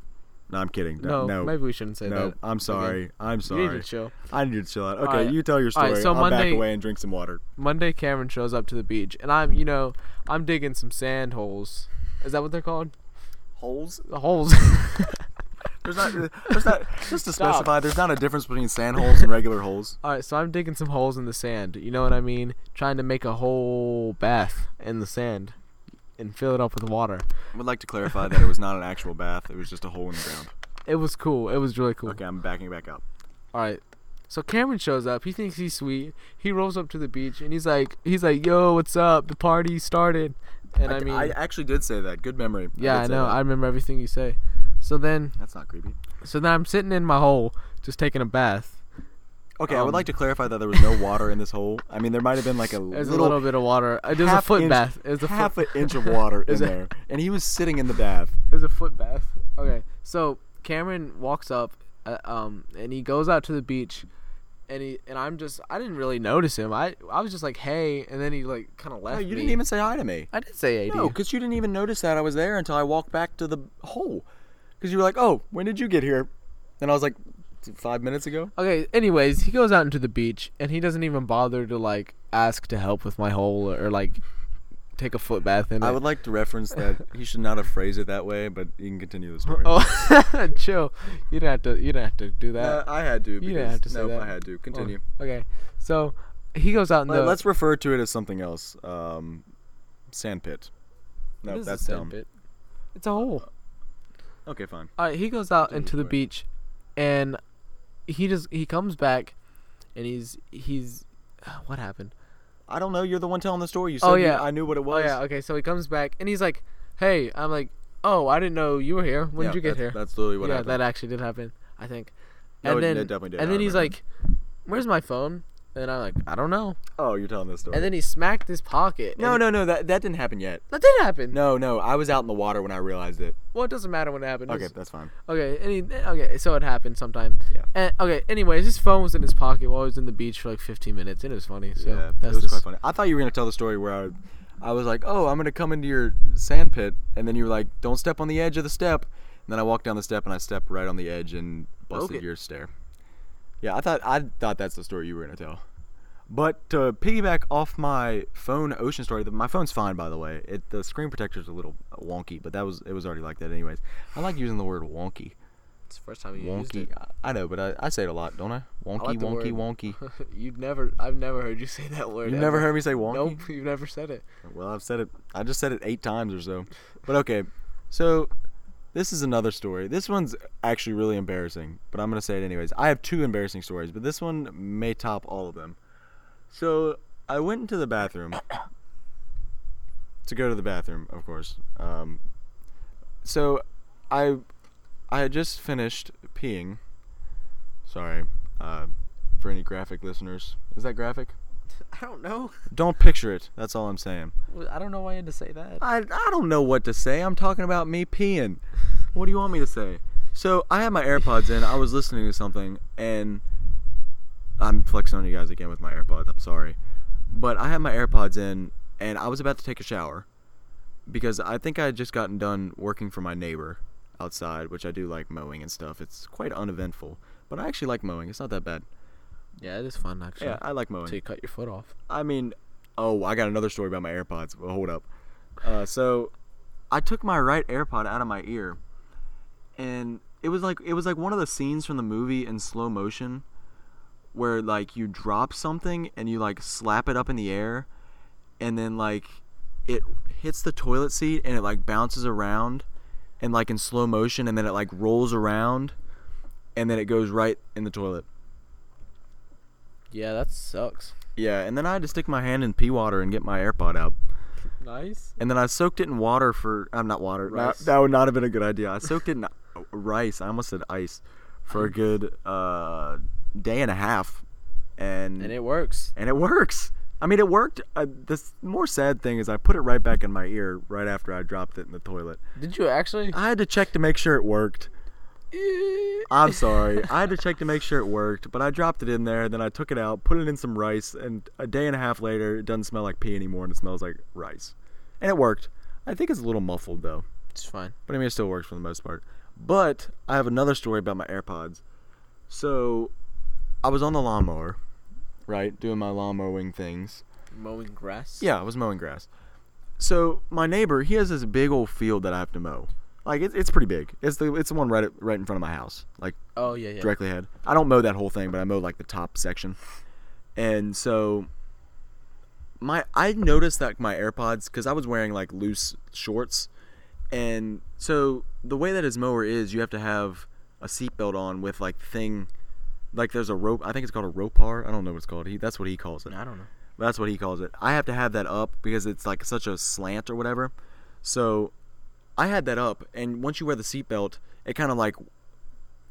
C: No, I'm kidding. No,
B: No,
C: no,
B: Maybe we shouldn't say
C: no,
B: that.
C: I'm sorry. I'm
B: You need
C: sorry.
B: to chill.
C: I need to chill out. Okay,
B: Alright.
C: you tell your story.
B: Alright, so
C: I'll
B: Monday-
C: back away and drink some water.
B: Monday, Cameron shows up to the beach, and I'm, you know, I'm digging some sand holes. Is that what they're called?
C: Holes?
B: The holes.
C: There's not. There's not. Just to
B: Stop.
C: specify, there's not a difference between sand holes and regular holes.
B: All right, so I'm digging some holes in the sand. You know what I mean? Trying to make a whole bath in the sand and fill it up with water.
C: I would like to clarify that it was not an actual bath. It was just a hole in the ground.
B: It was cool. It was really cool.
C: Okay, I'm backing back up.
B: All right. So Cameron shows up. He thinks he's sweet. He rolls up to the beach and he's like, he's like, "Yo, what's up? The party started." And I, mean,
C: I actually did say that. Good memory.
B: yeah,
C: did
B: I
C: say
B: know.
C: that.
B: I remember everything you say. So then,
C: That's not creepy.
B: so then I'm sitting in my hole, just taking a bath.
C: Okay, I
B: Um,
C: would like to clarify that there was no water in this hole. I mean, there might have been like a
B: There's
C: little,
B: a little bit of water. Uh, There's a
C: half
B: foot
C: inch-
B: bath. There's a
C: half
B: foot.
C: an inch of water in
B: There's a-
C: there, and he was sitting in the bath.
B: There's a foot bath. Okay, so Cameron walks up, uh, um, and he goes out to the beach, and he and I'm just I didn't really notice him. I I was just like, hey, and then he like kind of left.
C: No, you
B: me.
C: didn't even say hi to me.
B: I did say hey. to
C: No,
B: you.
C: because you didn't even notice that I was there until I walked back to the hole. Because you were like, "Oh, when did you get here?" And I was like, five minutes ago."
B: Okay, anyways, he goes out into the beach and he doesn't even bother to like ask to help with my hole or, like take a foot bath in it.
C: I would like to reference that he should not have phrased it that way, but you can continue the story.
B: oh, chill. You don't have to. You don't have to do
C: No,
B: that.
C: Uh, I had to. Because,
B: you didn't have to say
C: nope,
B: that.
C: I had to. Continue.
B: Oh, okay, so he goes out in
C: Let-
B: the.
C: Let's refer to it as something else. Um, sandpit. No,
B: It is a
C: that's
B: sand
C: dumb.
B: pit. It's a hole.
C: Okay, fine.
B: All right, he goes out into the
C: quick.
B: beach, and he just he comes back, and he's he's what happened?
C: I don't know. You're the one telling the story. You said
B: Oh,
C: you-
B: yeah.
C: I knew what it
B: Oh
C: was.
B: yeah, okay. So he comes back, and he's like, "Hey," I'm like, "Oh, I didn't know you were here. When
C: Yeah,
B: did you get
C: that's-
B: here?"
C: That's literally what
B: yeah,
C: happened.
B: that actually did happen, I think.
C: No,
B: and
C: it-
B: then
C: it definitely did,
B: and
C: I
B: then he's
C: remember.
B: like, "Where's my phone?" And I'm like, "I don't know."
C: oh, you're telling this story.
B: And then he smacked his pocket.
C: no,
B: and-
C: no, no. That that didn't happen yet.
B: that did happen.
C: No, no. I was out in the water when I realized it.
B: Well, it doesn't matter when it happened.
C: Okay,
B: It's-
C: that's fine.
B: Okay, and he, okay, so it happened sometime.
C: Yeah.
B: And, okay, anyways, his phone was in his pocket while he was in the beach for like 15 minutes, and it was funny. So
C: yeah,
B: that's
C: it was
B: this-
C: quite funny. I thought you were gonna tell the story where I, would- I was like, oh, I'm gonna come into your sand pit, and then you were like, don't step on the edge of the step. And then I walked down the step and I stepped right on the edge and busted
B: Broke it.
C: your stair. Yeah, I thought I thought that's the story you were gonna tell. But to piggyback off my phone ocean story, the, my phone's fine by the way. It the screen protector's a little wonky, but that was it was already like that anyways. I like using the word wonky.
B: It's the first time you used
C: Wonky.
B: it.
C: I- I know, but I, I say it a lot, don't I? Wonky,
B: like the
C: wonky,
B: word.
C: wonky.
B: You've never, I've never heard you say that word.
C: You've never
B: ever.
C: heard me say wonky?
B: Nope, you've never said it.
C: Well, I've said it. I just said it eight times or so. But okay, so this is another story. This one's actually really embarrassing, but I'm gonna say it anyways. I have two embarrassing stories, but this one may top all of them. So I went into the bathroom to go to the bathroom, of course. Um, so I I had just finished peeing. Sorry uh, for any graphic listeners. Is that graphic?
D: I don't know.
C: Don't picture it. That's all I'm saying.
B: Well, I don't know why I had to say that.
C: I, I don't know what to say. I'm talking about me peeing. What do you want me to say? So I had my AirPods in. I was listening to something, and I'm flexing on you guys again with my AirPods. I'm sorry, but I had my AirPods in, and I was about to take a shower because I think I had just gotten done working for my neighbor outside, which I do like mowing and stuff. It's quite uneventful, but I actually like mowing. It's not that bad.
B: Yeah, it is fun actually.
C: Yeah, I like mowing.
B: So you cut your foot off.
C: I mean, oh, I got another story about my AirPods. Well, hold up. Uh, so, I took my right AirPod out of my ear, and it was like it was like one of the scenes from the movie in slow motion, where like you drop something and you like slap it up in the air, and then like it hits the toilet seat and it like bounces around, and like in slow motion, and then it like rolls around, and then it goes right in the toilet.
B: Yeah, that sucks.
C: Yeah, and then I had to stick my hand in pee water and get my AirPod out.
B: Nice.
C: and then I soaked it in water for I'm not water. Not-
D: Rice.
C: that would not have been a good idea. I soaked it in uh, rice. I almost said ice for a good uh, day and a half, and
D: and it works.
C: and it works. I mean, it worked. Uh, the more sad thing is, I put it right back in my ear right after I dropped it in the toilet.
D: Did you actually?
C: I had to check to make sure it worked. I'm sorry. I had to check to make sure it worked, but I dropped it in there. Then I took it out, put it in some rice, and a day and a half later, it doesn't smell like pee anymore, and it smells like rice. And it worked. I think it's a little muffled though,
D: It's fine.
C: but I mean, it still works for the most part. But I have another story about my AirPods. So, I was on the lawnmower, right, doing my lawn mowing things,
D: Mowing grass.
C: yeah, I was mowing grass. So my neighbor, he has this big old field that I have to mow. Like it's, it's pretty big. It's the it's the one right at, right in front of my house. Like
D: Oh yeah, yeah.
C: directly ahead. I don't mow that whole thing, but I mow like the top section. And so my I noticed that my AirPods cuz I was wearing like loose shorts. And so the way that his mower is, you have to have a seatbelt on with like thing like there's a rope, I think it's called a ropar. I don't know what it's called. He that's what he calls it.
D: I don't know.
C: That's what he calls it. I have to have that up because it's like such a slant or whatever. So I had that up, and once you wear the seatbelt, it kind of like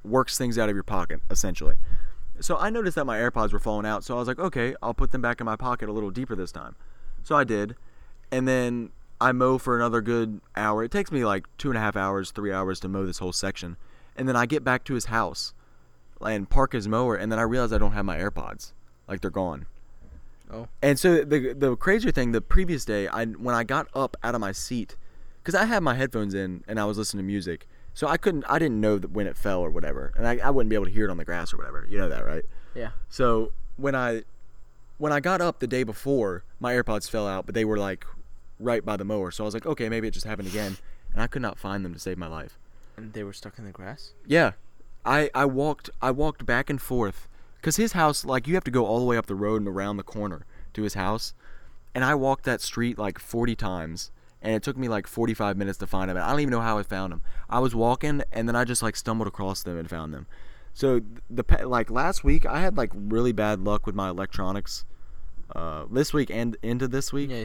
C: works things out of your pocket, essentially. So I noticed that my AirPods were falling out, so I was like, okay, I'll put them back in my pocket a little deeper this time. So I did, and then I mow for another good hour. It takes me like two and a half hours, three hours to mow this whole section, and then I get back to his house and park his mower, and then I realize I don't have my AirPods, like they're gone.
B: Oh,
C: And so the the crazier thing, the previous day, I when I got up out of my seat, because I had my headphones in and I was listening to music, so I couldn't, I didn't know that when it fell or whatever, and I, I wouldn't be able to hear it on the grass or whatever. You know that, right?
D: Yeah.
C: So when I when I got up the day before, my AirPods fell out, but they were like right by the mower, so I was like, okay, maybe it just happened again, and I could not find them to save my life.
D: And they were stuck in the grass.
C: Yeah, I I walked I walked back and forth because his house like you have to go all the way up the road and around the corner to his house, and I walked that street like 40 times, and it took me like 45 minutes to find him. And I don't even know how I found him. I was walking and then I just like stumbled across them and found them. So th- the pe- like last week I had like really bad luck with my electronics. Uh, this week and into this week,
D: Yeah.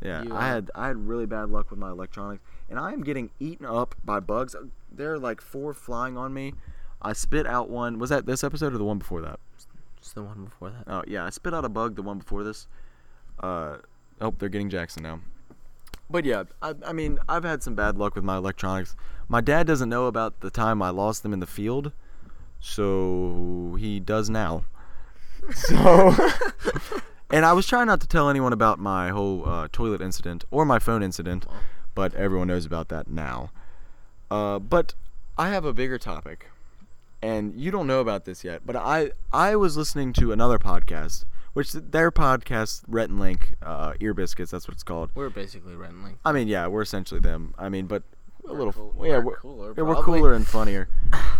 C: yeah,
D: You,
C: I
D: uh,
C: had I had really bad luck with my electronics, and I am getting eaten up by bugs. There are like four flying on me. I spit out one. Was that this episode or the one before that?
D: It's the one before that.
C: Oh yeah, I spit out a bug the one before this. Uh, oh, they're getting Jackson now. But yeah, I, I mean, I've had some bad luck with my electronics. My dad doesn't know about the time I lost them in the field, so he does now. So, and I was trying not to tell anyone about my whole uh, toilet incident or my phone incident, but everyone knows about that now. Uh, but I have a bigger topic and you don't know about this yet, but I I was listening to another podcast, which their podcast Rhett and Link, uh, Ear Biscuits, that's what it's called.
D: We're basically renting.
C: I mean, yeah, we're essentially them. I mean, but a little
D: cool-
C: yeah,
D: we're
C: we're,
D: cooler,
C: yeah, we're
D: probably.
C: cooler and funnier.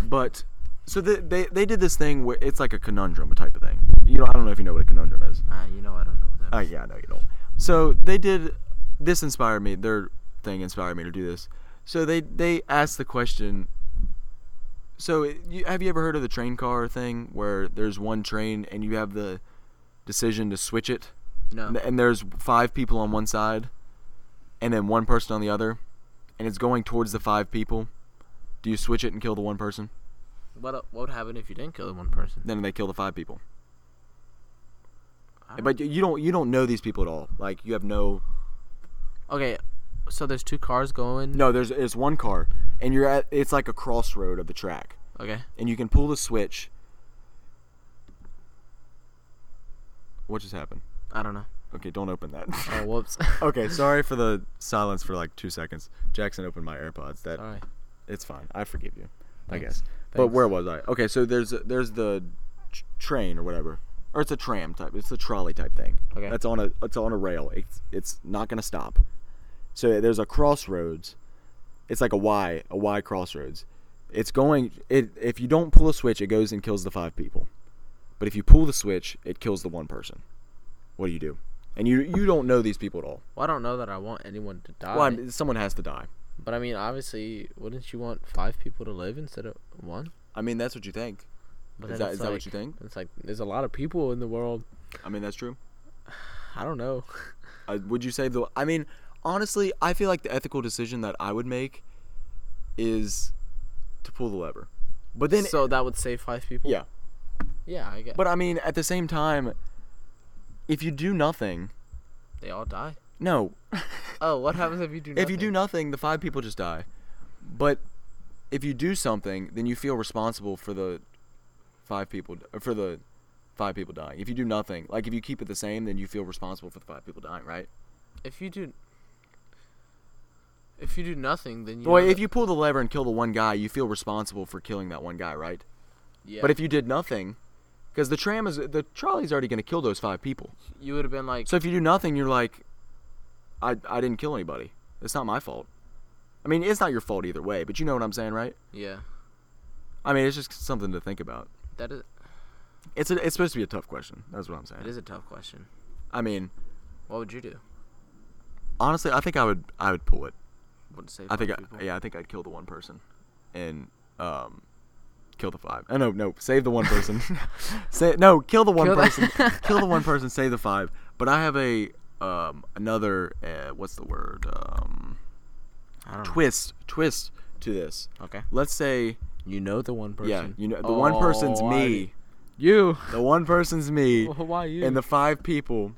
C: but so they, they they did this thing where it's like a conundrum type of thing. You know, I don't know if you know what a conundrum is.
D: Ah, you know I don't know what that.
C: Oh
D: means.
C: yeah, no, you don't. So they did. This inspired me. Their thing inspired me to do this. So they they asked the question. So it- you, have you ever heard of the train car thing, where there's one train and you have the decision to switch it,
D: No.
C: and, and there's five people on one side, and then one person on the other, and it's going towards the five people. Do you switch it and kill the one person?
D: What what would happen if you didn't kill the one person?
C: Then they kill the five people.
D: I don't-
C: But you- you don't you don't know these people at all. Like you have no
D: Okay, so there's two cars going.
C: No, there's it's one car, and you're at it's like a crossroad of the track,
D: Okay.
C: and you can pull the switch. What just happened?
D: I don't know.
C: Okay, don't open that.
D: Oh whoops.
C: okay, sorry for the silence for like two seconds. Jackson opened my AirPods. That
D: Sorry.
C: it's fine. I forgive you. I
D: Thanks.
C: guess. But
D: Thanks.
C: where was I? Okay, so there's there's the tr- train or whatever, or it's a tram type. It's a trolley type thing.
D: Okay.
C: That's on a it's on a rail. It's it's not gonna stop. So there's a crossroads. It's like a Y a Y crossroads. It's going. It if you don't pull a switch, it goes and kills the five people. But if you pull the switch, it kills the one person. What do you do? And you you don't know these people at all.
D: Well, I don't know that I want anyone to die.
C: Well, I mean, someone has to die.
D: but I mean, obviously, wouldn't you want five people to live instead of one?
C: I mean, that's what you think.
D: But then
C: Is that-
D: it's
C: is that what you think?
D: It's like there's a lot of people in the world.
C: I mean, that's true.
D: I don't know.
C: Uh, would you say the? I mean, honestly, I feel like the ethical decision that I would make is to pull the lever. But then,
D: so that would save five people.
C: yeah.
D: Yeah, I get.
C: But I mean, at the same time, if you do nothing,
D: they all die.
C: no.
D: Oh, what happens if you do? Nothing?
C: If you do nothing, the five people just die. But if you do something, then you feel responsible for the five people for the five people dying. If you do nothing, like if you keep it the same, then you feel responsible for the five people dying, right?
D: if you do, if you do nothing, then you.
C: Boy,
D: know
C: if
D: that-
C: you pull the lever and kill the one guy, you feel responsible for killing that one guy, right?
D: yeah,
C: But if you did nothing, because the tram is the trolley's already going to kill those five people.
D: you would have been like,
C: So if you do nothing, you're like, I I didn't kill anybody. It's not my fault. I mean, it's not your fault either way, but you know what I'm saying, right?
D: yeah,
C: I mean, it's just something to think about.
D: that is
C: It's a, it's supposed to be a tough question. That's what I'm
D: that
C: saying.
D: is a tough question.
C: I mean,
D: What would you do?
C: honestly, I think I would I would pull it.
D: Would save?
C: I think
D: five
C: I,
D: people?
C: yeah, I think I'd kill the one person, and um, kill the five. Oh, no, no, save the one person. Say no, kill the one
D: Kill the-
C: person. kill the one person. Save the five. But I have a um another uh, what's the word um
D: I don't know.
C: twist twist to this.
D: Okay.
C: Let's say
D: You know the one person.
C: yeah, you know the one person's
D: Oh,
C: me.
B: You.
C: The one person's me,
B: Well, why Oh, you?
C: and the five people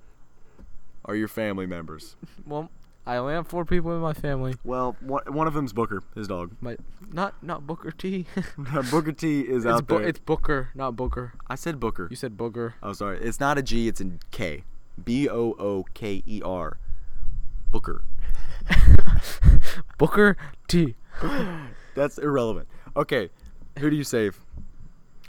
C: are your family members.
B: well, I only have four people in my family.
C: Well, one, one of them's Booker, his dog.
B: My not not Booker T.
C: Booker T is
B: it's,
C: out
B: Bo-
C: there.
B: it's Booker, not Booker.
C: I said Booker.
B: You said Booger.
C: Oh, sorry. It's not a G. It's in K. B O O K E R. Booker.
B: Booker T.
C: That's irrelevant. Okay, who do you save?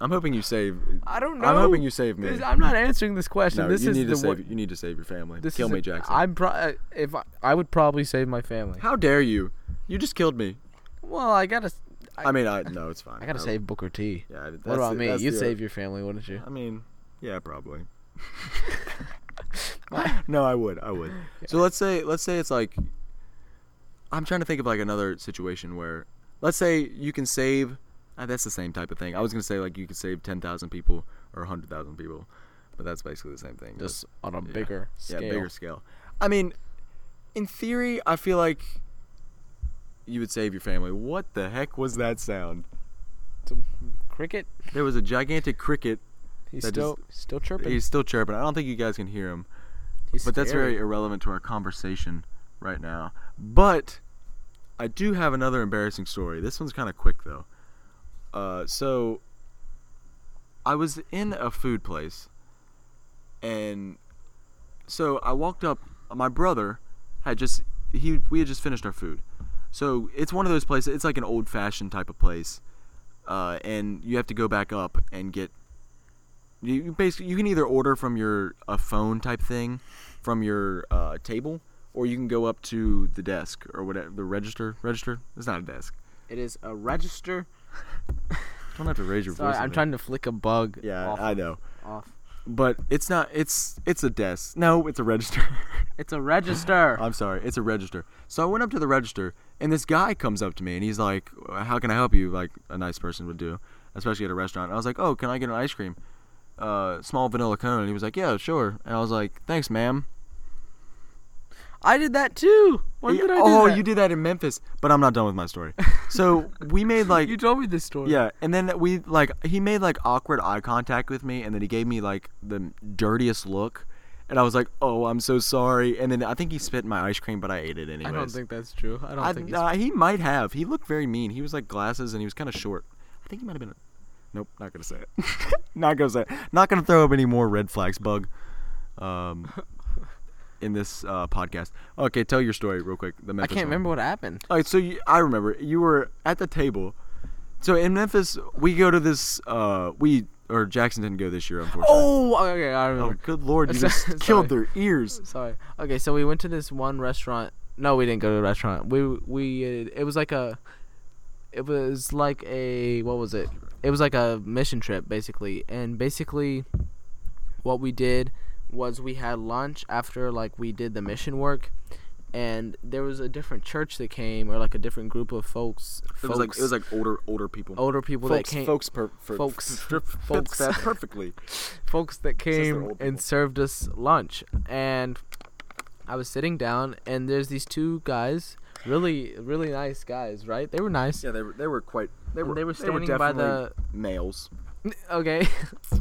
C: I'm hoping you save.
B: I don't know.
C: I'm hoping you save me.
B: This- I'm not answering this question.
C: no,
B: this
C: you
B: is
C: need
B: the
C: to save.
B: one-
C: You need to save your family.
B: This
C: Kill
B: is
C: me,
B: a-
C: Jackson.
B: I'm pro- uh, if I, I would probably save my family.
C: How dare you? You just killed me.
B: Well, I gotta. s- I,
C: I mean, I no, it's fine.
B: I gotta save Booker T.
C: Yeah, that's
B: What about
C: the-
B: me?
C: that's
B: You'd
C: the-
B: save your family, wouldn't you?
C: I mean, yeah, probably. no, I would. I would. So let's say let's say it's like I'm trying to think of like another situation where let's say you can save uh, that's the same type of thing. I was going to say like you could save 10,000 people or 100,000 people, but that's basically the same thing.
B: Just on a
C: yeah.
B: bigger scale.
C: Yeah, bigger scale. I mean, in theory, I feel like you would save your family. What the heck was that sound?
B: Cricket.
C: There was a gigantic cricket.
B: He's
C: That
B: still still chirping.
C: He's still chirping. I don't think you guys can hear him.
D: He's
C: But that's
D: scary.
C: very irrelevant to our conversation right now. But I do have another embarrassing story. This one's kind of quick though. Uh, so I was in a food place, and so I walked up. My brother had just he we had just finished our food, so it's one of those places. It's like an old fashioned type of place, uh, and you have to go back up and get. You you basically you can either order from your a phone type thing, from your uh, table, or you can go up to the desk or whatever the register. Register? It's not a desk.
D: It is a register.
C: Don't have to raise your
B: Sorry,
C: voice.
B: I'm
C: at me.
B: trying to flick a bug.
C: Yeah,
B: off.
C: I know.
D: Off.
C: But it's not. It's it's a desk. No, it's a register.
D: It's a register.
C: I'm sorry. It's a register. So I went up to the register, and this guy comes up to me, and he's like, "How can I help you?" Like a nice person would do, especially at a restaurant. And I was like, "Oh, can I get an ice cream? Uh, small vanilla cone." And he was like, "Yeah, sure." And I was like, "Thanks, ma'am."
D: I did that too.
B: When
C: Yeah,
B: did I do
C: oh,
B: that?
C: you did that in Memphis, but I'm not done with my story. So we made like
B: You told me this story.
C: Yeah, and then we like he made like awkward eye contact with me, and then he gave me like the dirtiest look, and I was like, "Oh, I'm so sorry." And then I think he spit in my ice cream, but I ate it anyways.
B: I don't think that's true. I don't
C: I-
B: think. he's-
C: nah, he might have. He looked very mean. He was like glasses, and he was kind of short. I think he might have been. A, nope, not gonna say it. not gonna say. It. Not gonna throw up any more red flags, bug. Um, in this uh, podcast. Okay, tell your story real quick. The
D: I
C: Memphis
D: can't
C: one.
D: remember what happened.
C: All right, so you, I remember you were at the table. So in Memphis, we go to this. Uh, we or Jackson didn't go this year, unfortunately.
D: Oh, okay, I remember.
C: good lord! You
D: Sorry.
C: just killed their ears.
D: Sorry. Okay, so we went to this one restaurant. No, we didn't go to a restaurant. We we uh, it was like a it was like a what was it? It was like a mission trip basically. And basically what we did was we had lunch after like we did the mission work and there was a different church that came or like a different group of folks
C: It was like it was like older older people.
D: older people
C: folks,
D: that came
C: folks, per, for,
D: folks.
C: folks.
D: Folks.
C: That perfectly.
D: folks that
C: they're
D: came
C: old people.
D: and served us lunch and
B: I was sitting down, and there's these two guys, really, really nice guys, right? They were nice.
C: Yeah, they were. They were quite. They
B: And
C: were.
B: they were standing by the.
C: definitely males.
B: Okay.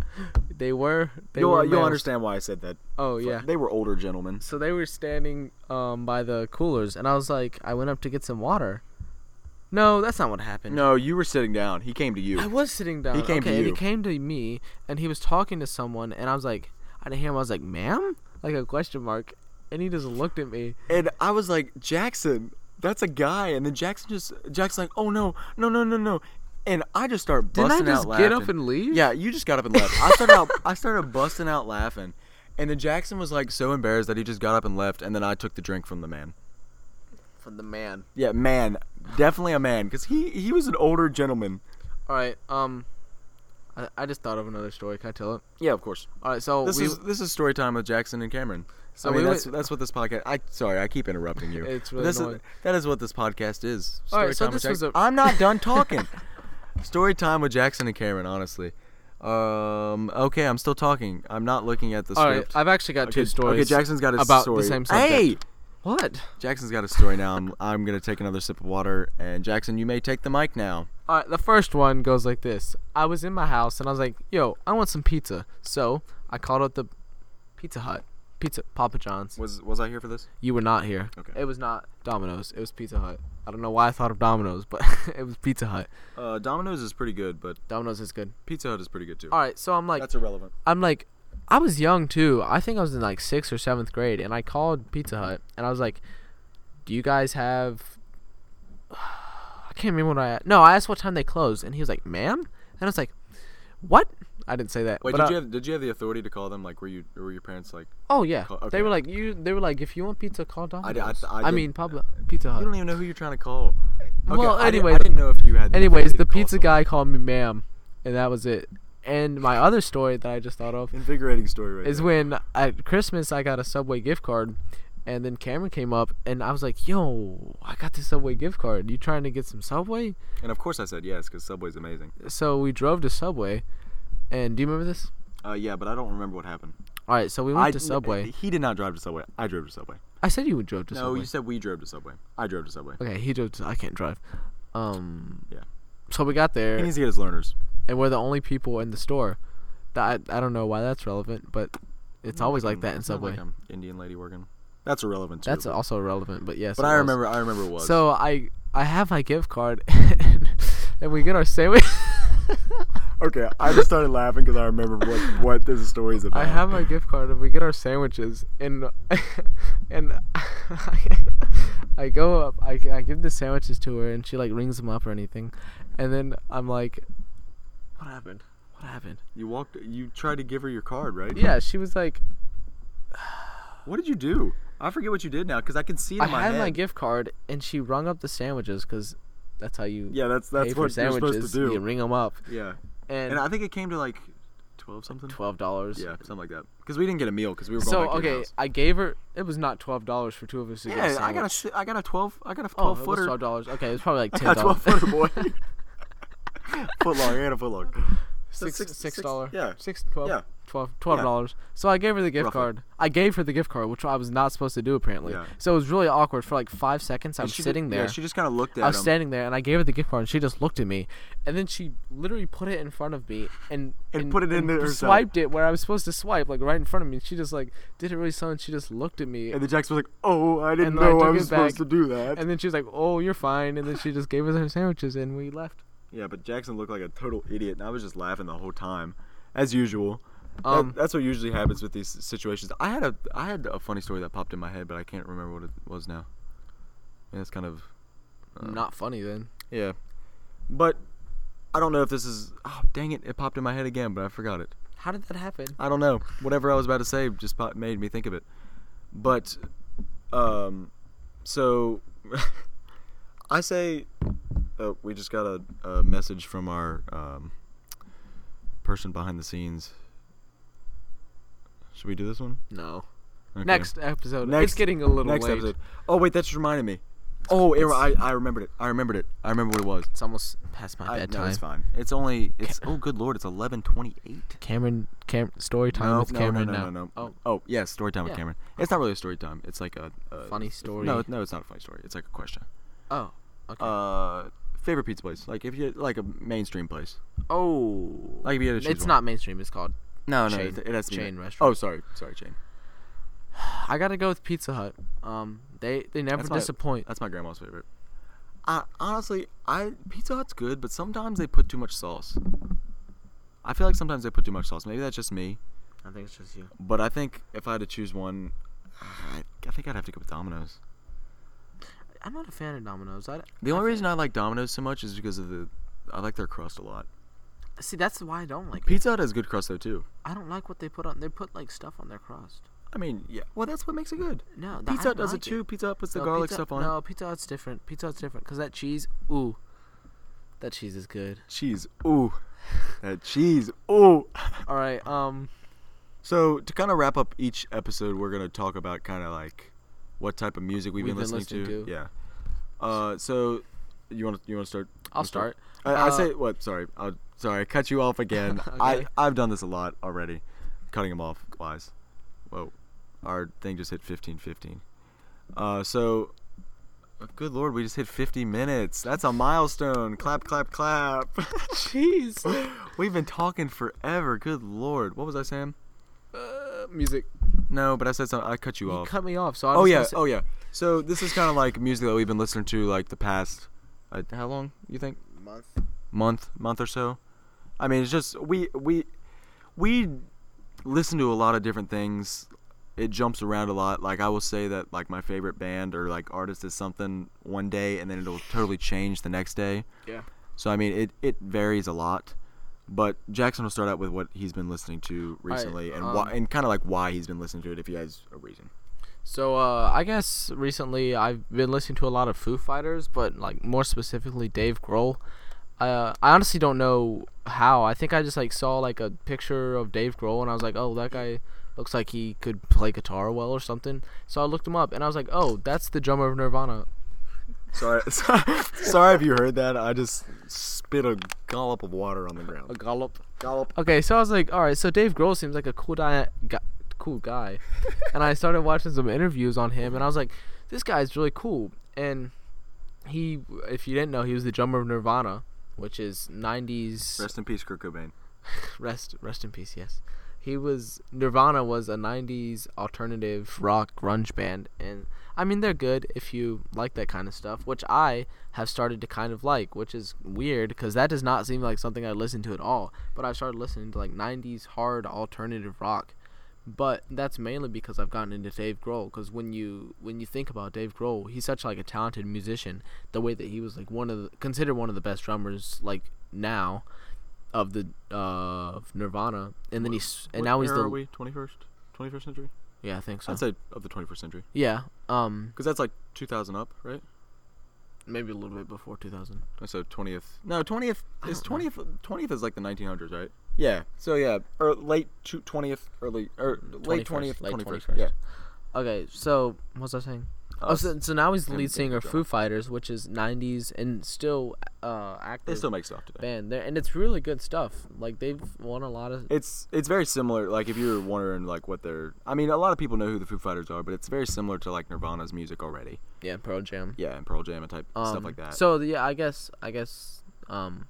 B: they were. They
C: you'll uh,
B: were
C: you'll
B: males.
C: understand why I said that.
B: Oh yeah.
C: They were older gentlemen.
B: So they were standing um, by the coolers, and I was like, I went up to get some water. No, that's not what happened.
C: No, you were sitting down. He came to
B: I
C: you.
B: was sitting down.
C: He came to
B: okay, and
C: you.
B: he came to me, and he was talking to someone, and I was like, I didn't hear him. I was like, ma'am, like a question mark, and he just looked at me.
C: And I was like, Jackson, that's a guy. And then Jackson just Jackson's like, oh no, no, no, no, no. And I just start
E: Didn't
C: busting
E: I just
C: out
E: get
C: laughing.
E: up and leave?
C: Yeah, you just got up and left. I started out, I started busting out laughing, and then Jackson was like so embarrassed that he just got up and left, and then I took the drink from the man.
B: From the man.
C: Yeah, man, definitely a man, cause he he was an older gentleman.
B: All right. Um, I, I just thought of another story. Can I tell it?
C: Yeah, of course.
B: All right. So
C: This
B: we.
C: is this is story time with Jackson and Cameron.
B: So
C: I mean,
B: we
C: that's
B: went-
C: that's what this podcast. I sorry, I keep interrupting you.
B: It's
C: But
B: really
C: this is-
B: annoying.
C: that is what this podcast is.
B: All
C: Story
B: right, so
C: time with
B: this was
C: Jackson-
B: a-
C: I'm not done talking. story time with Jackson and Cameron. Honestly, um, okay, I'm still talking. I'm not looking at the
B: all right.
C: script.
B: I've actually got two
C: okay,
B: stories.
C: okay, Jackson's got his
B: about
C: story.
B: the same subject.
C: Hey,
B: What?
C: Jackson's got a story now. I'm I'm gonna take another sip of water, and Jackson, you may take the mic now.
B: All right, the first one goes like this. I was in my house and I was like, "Yo, I want some pizza." So I called up the Pizza Hut, Pizza Papa John's.
C: Was was I here for this?
B: You were not here.
C: Okay.
B: It was not Domino's. It was Pizza Hut. I don't know why I thought of Domino's, but it was Pizza Hut.
C: Uh, Domino's is pretty good, but
B: Domino's is good.
C: Pizza Hut is pretty good too.
B: All right, so I'm like,
C: That's irrelevant.
B: I'm like, I was young too. I think I was in like sixth or seventh grade, and I called Pizza Hut, and I was like, "Do you guys have?" I can't remember what I a- no. I asked what time they closed, and he was like, "Ma'am," and I was like, "What?" I didn't say that.
C: Wait,
B: but
C: did
B: I-
C: you have did you have the authority to call them? Like, were you were your parents like?
B: Oh yeah,
C: Call- okay.
B: they were like you. They were like, if you want pizza, call
C: I
B: Domino's.
C: d- I th- I
B: I
C: did-
B: mean, Pablo Pizza
C: You don't
B: Hut.
C: even know who you're trying to call.
B: Well,
C: I di- I,
B: anyways-
C: didn't know if you had.
B: Anyways,
C: authority
B: the
C: to call
B: pizza
C: someone.
B: guy called me ma'am, and that was it. And my other story that I just thought of
C: Invigorating story right
B: is
C: there.
B: when at Christmas I got a Subway gift card, and then Cameron came up and I was like, "Yo, I got this Subway gift card. You trying to get some Subway?"
C: and of course I said yes because Subway's amazing.
B: So we drove to Subway, and do you remember this?
C: Uh, yeah, but I don't remember what happened.
B: All right, so we went
C: I- eh,
B: to Subway.
C: He did not drive to Subway. I drove to Subway.
B: I said you would drove to
C: no,
B: Subway.
C: you said we drove to Subway. I drove to Subway.
B: okay, he drove. To, I can't drive. Um.
C: Yeah.
B: So we got
C: He
B: there.
C: needs to get his learners.
B: and we're the only people in the store. That I, I don't know why that's relevant, but it's always like that in
C: It's not
B: Subway.
C: Like an Indian lady working. That's irrelevant too.
B: that's
C: but,
B: also relevant, but yes.
C: but
B: it
C: I
B: was.
C: remember. I remember it was.
B: So I I have my gift card, and, we get our sandwich.
C: okay, I just started laughing because I remember what what this story is about.
B: I have my gift card, and we get our sandwiches, and and I, go up. I, I give the sandwiches to her, and she like rings them up or anything, and then I'm like, what happened? What happened?
C: You walked. You tried to give her your card, right?
B: Yeah, she was like,
C: What did you do? I forget what you did now because I can see it in
B: I
C: my
B: had
C: head.
B: my gift card, and she rung up the sandwiches because that's how you
C: yeah, that's
B: pay
C: that's
B: for
C: what you're supposed
B: sandwiches.
C: to do.
B: You ring them up,
C: yeah,
B: and,
C: and I think it came to like twelve something.
B: twelve dollars.
C: Yeah, something like that. Because we didn't get a meal because we were going
B: So
C: back to your
B: okay,
C: house.
B: I gave her. It was not twelve dollars for two of us to get. a
C: Yeah, I got a
B: sandwich.
C: si- I got a twelve. I got a
B: Oh,
C: twelve
B: it was
C: footer.
B: twelve dollars. Okay, it was probably like
C: I
B: ten
C: got a twelve
B: dollars.
C: footer, boy. foot long. I got a foot long.
B: six
C: Six-
B: six
C: six-
B: dollar.
C: yeah.
B: Six twelve.
C: Yeah.
B: Twelve twelve dollars. So I gave her the gift
C: Roughly.
B: card. I gave her the gift card, which I was not supposed to do apparently.
C: Yeah.
B: So it was really awkward for like five seconds. I'm
C: And she
B: sitting
C: did-
B: there.
C: Yeah, she just kind of looked at
B: I was
C: him.
B: standing there and I gave her the gift card and she just looked at me and then she literally put it in front of me and
C: And put it in there herself.
B: swiped it where I was supposed to swipe like right in front of me and she just like did it really slow and she just looked at me
C: and the Jackson was like, "Oh, I didn't
B: And I
C: know I
B: took
C: was
B: it back.
C: supposed to do that."
B: and then she was like oh you're fine and then she just gave us her sandwiches and we left
C: Yeah, but Jackson looked like a total idiot, and I was just laughing the whole time, as usual. That-
B: Um,
C: that's what usually happens with these situations. I had a I had a funny story that popped in my head, but I can't remember what it was now. And it's kind of Uh.
B: not funny then
C: yeah, but I don't know if this is. Oh, dang it! It popped in my head again, but I forgot it.
B: how did that happen
C: I don't know. Whatever I was about to say just pop, made me think of it. But, um, so I say uh, we just got a, a message from our um, person behind the scenes. Should we do this one?
B: no
C: Okay.
B: next episode
C: Next-
B: it's getting a little
C: Next
B: late
C: episode. Oh wait, that just reminded me. Oh, it, I, I remembered it. I remembered it. I remember what it was.
B: It's almost past my
C: I, no,
B: bedtime.
C: it's fine. It's only. It's oh, good lord! It's eleven twenty-eight.
B: Cameron, Cam, story time
C: No,
B: with
C: no,
B: Cameron
C: no, no,
B: now.
C: no, no.
B: Oh,
C: Oh, yeah, story time with
B: Yeah.
C: Cameron. It's not really a story time. It's like a, a
B: Funny story.
C: No, no, it's not a funny story. It's like a question.
B: oh, okay.
C: Uh, favorite pizza place? Like if you like a mainstream place.
B: oh,
C: Like if you had to choose
B: it's
C: one.
B: not mainstream. It's called.
C: No, no,
B: chain-
C: it, it has to be
B: chain
C: ma-
B: restaurant.
C: Oh, sorry, sorry, chain.
B: I gotta go with Pizza Hut. Um, they they never
C: That's my-
B: disappoint.
C: That's my grandma's favorite. I, honestly, I Pizza Hut's good, but sometimes they put too much sauce. I feel like sometimes they put too much sauce. Maybe that's just me,
B: I think it's just you.
C: but I think if I had to choose one, I, I think I'd have to go with Domino's.
B: I'm not a fan of Domino's. I
C: The only reason I like Domino's so much is because of the I like their crust a lot.
B: see that's why I don't like.
C: Pizza Hut has good crust though too.
B: I don't like what they put on. They put like stuff on their crust.
C: I mean, yeah. Well, that's what makes it good.
B: No, th- I
C: Pizza Hut
B: don't
C: does
B: like
C: it too. Pizza Hut puts the
B: No,
C: garlic
B: pizza,
C: stuff on
B: No,
C: it.
B: Pizza Hut's different. Pizza Hut's different because that cheese. Ooh, that cheese is good.
C: Cheese. Ooh. that cheese. Ooh.
B: All right. Um.
C: So to kind of wrap up each episode, we're gonna talk about kind of like what type of music we've,
B: We've
C: been,
B: been
C: listening,
B: listening
C: to. Yeah. Uh, so you want to you want to start?
B: I'll
C: You
B: start.
C: I, I
B: Uh,
C: say what? Sorry, I'll, sorry, I cut you off again. I
B: Okay.
C: I've done this a lot already, cutting him off wise. Whoa, our thing just hit fifteen fifteen. Uh, so. Good lord, we just hit 50 minutes. That's a milestone. Clap, clap, clap.
F: Jeez.
C: We've been talking forever. Good lord. What was I saying?
F: Uh, music.
C: No, but I said something. I cut you
B: You
C: off.
B: cut me off. So I
C: Oh
B: just
C: yeah,
B: listen-
C: oh yeah. So this is kind of like music that we've been listening to like the past, uh, how long you think?
F: Month.
C: Month, month or so. I mean, it's just we we we listen to a lot of different things. It jumps around a lot. Like I will say that like my favorite band or like artist is something one day, and then it'll totally change the next day.
F: Yeah.
C: So I mean, it it varies a lot. But Jackson will start out with what he's been listening to recently and why,
B: um,
C: and kind of like why he's been listening to it if he has a reason.
B: So uh, I guess recently I've been listening to a lot of Foo Fighters, but like more specifically Dave Grohl. Uh, I honestly don't know how. I think I just like saw like a picture of Dave Grohl and I was like, oh, that guy looks like he could play guitar well or something. So I looked him up and I was like, oh, that's the drummer of Nirvana.
C: Sorry, sorry, sorry if you heard that. I just spit a dollop of water on the ground.
B: Gallop.
C: dollop.
B: Okay, so I was like, all right, so Dave Grohl seems like a cool guy, gu cool guy, and I started watching some interviews on him, and I was like, this guy's really cool, and he, if you didn't know, he was the drummer of Nirvana, which is '90s
C: Rest in peace, Kurt Cobain.
B: rest rest in peace. Yes, he was Nirvana was a '90s alternative rock grunge band, and I mean they're good if you like that kind of stuff, which I have started to kind of like, which is weird because that does not seem like something I listen to at all. But I've started listening to like '90s hard alternative rock, but that's mainly because I've gotten into Dave Grohl. Because when you when you think about Dave Grohl, he's such like a talented musician. The way that he was like one of the, considered one of the best drummers like now of the uh, of Nirvana, and then he's and now he's the
C: Are we 21st, 21st century?
B: yeah I think so
C: I'd say of the 21st century,
B: yeah um
C: because that's like 2000 up, right?
B: maybe a little bit before 2000
C: So 20th. No, 20th
B: I
C: is
B: don't know.
C: 20th. 20th is like the 1900s, right? Yeah. So yeah, or late two- 20th, early or late 20th,
B: 21st, late
C: 21st.
B: 21st.
C: Yeah.
B: okay so what was I saying oh
C: Us.
B: so, so now he's the
C: Uh, him
B: lead
C: being
B: singer
C: a
B: of
C: drummer.
B: Foo Fighters which is 90s and still uh
C: They
B: active
C: still make stuff today.
B: band there and it's really good stuff like they've won a lot of
C: It's it's very similar. Like if you're wondering like what they're, I mean, a lot of people know who the Foo Fighters are, but it's very similar to like Nirvana's music already.
B: yeah Pearl Jam
C: Yeah, and Pearl Jam and type stuff
B: Um,
C: like that.
B: So yeah, I guess I guess um,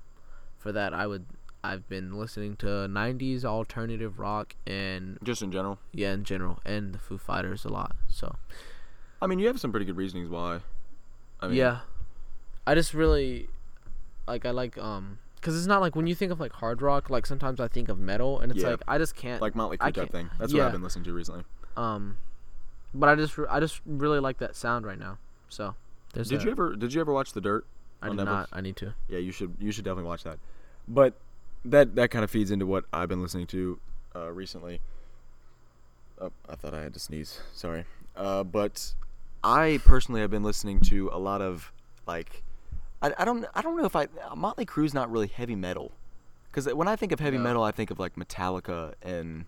B: for that I would I've been listening to '90s alternative rock and
C: just in general.
B: yeah in general and the Foo Fighters a lot. So
C: I mean, you have some pretty good reasonings why. I mean,
B: yeah, I just really like I like um because it's not like when you think of like hard rock like sometimes I think of metal and it's
C: Yeah.
B: like I just can't
C: like Motley
B: I
C: Crue type
B: can't-
C: thing. That's what
B: yeah.
C: I've been listening to recently.
B: um, but I just re- I just really like that sound right now. So there's
C: Did
B: that.
C: you ever Did you ever watch The Dirt?
B: I
C: on
B: did
C: Netflix?
B: not. I need to.
C: Yeah, you should you should definitely watch that. But that that kind of feeds into what I've been listening to uh, recently. Oh, I thought I had to sneeze. Sorry. Uh, but I personally have been listening to a lot of like I, I don't I don't know if I Motley Crue's not really heavy metal because when I think of heavy
B: No.
C: metal I think of like Metallica and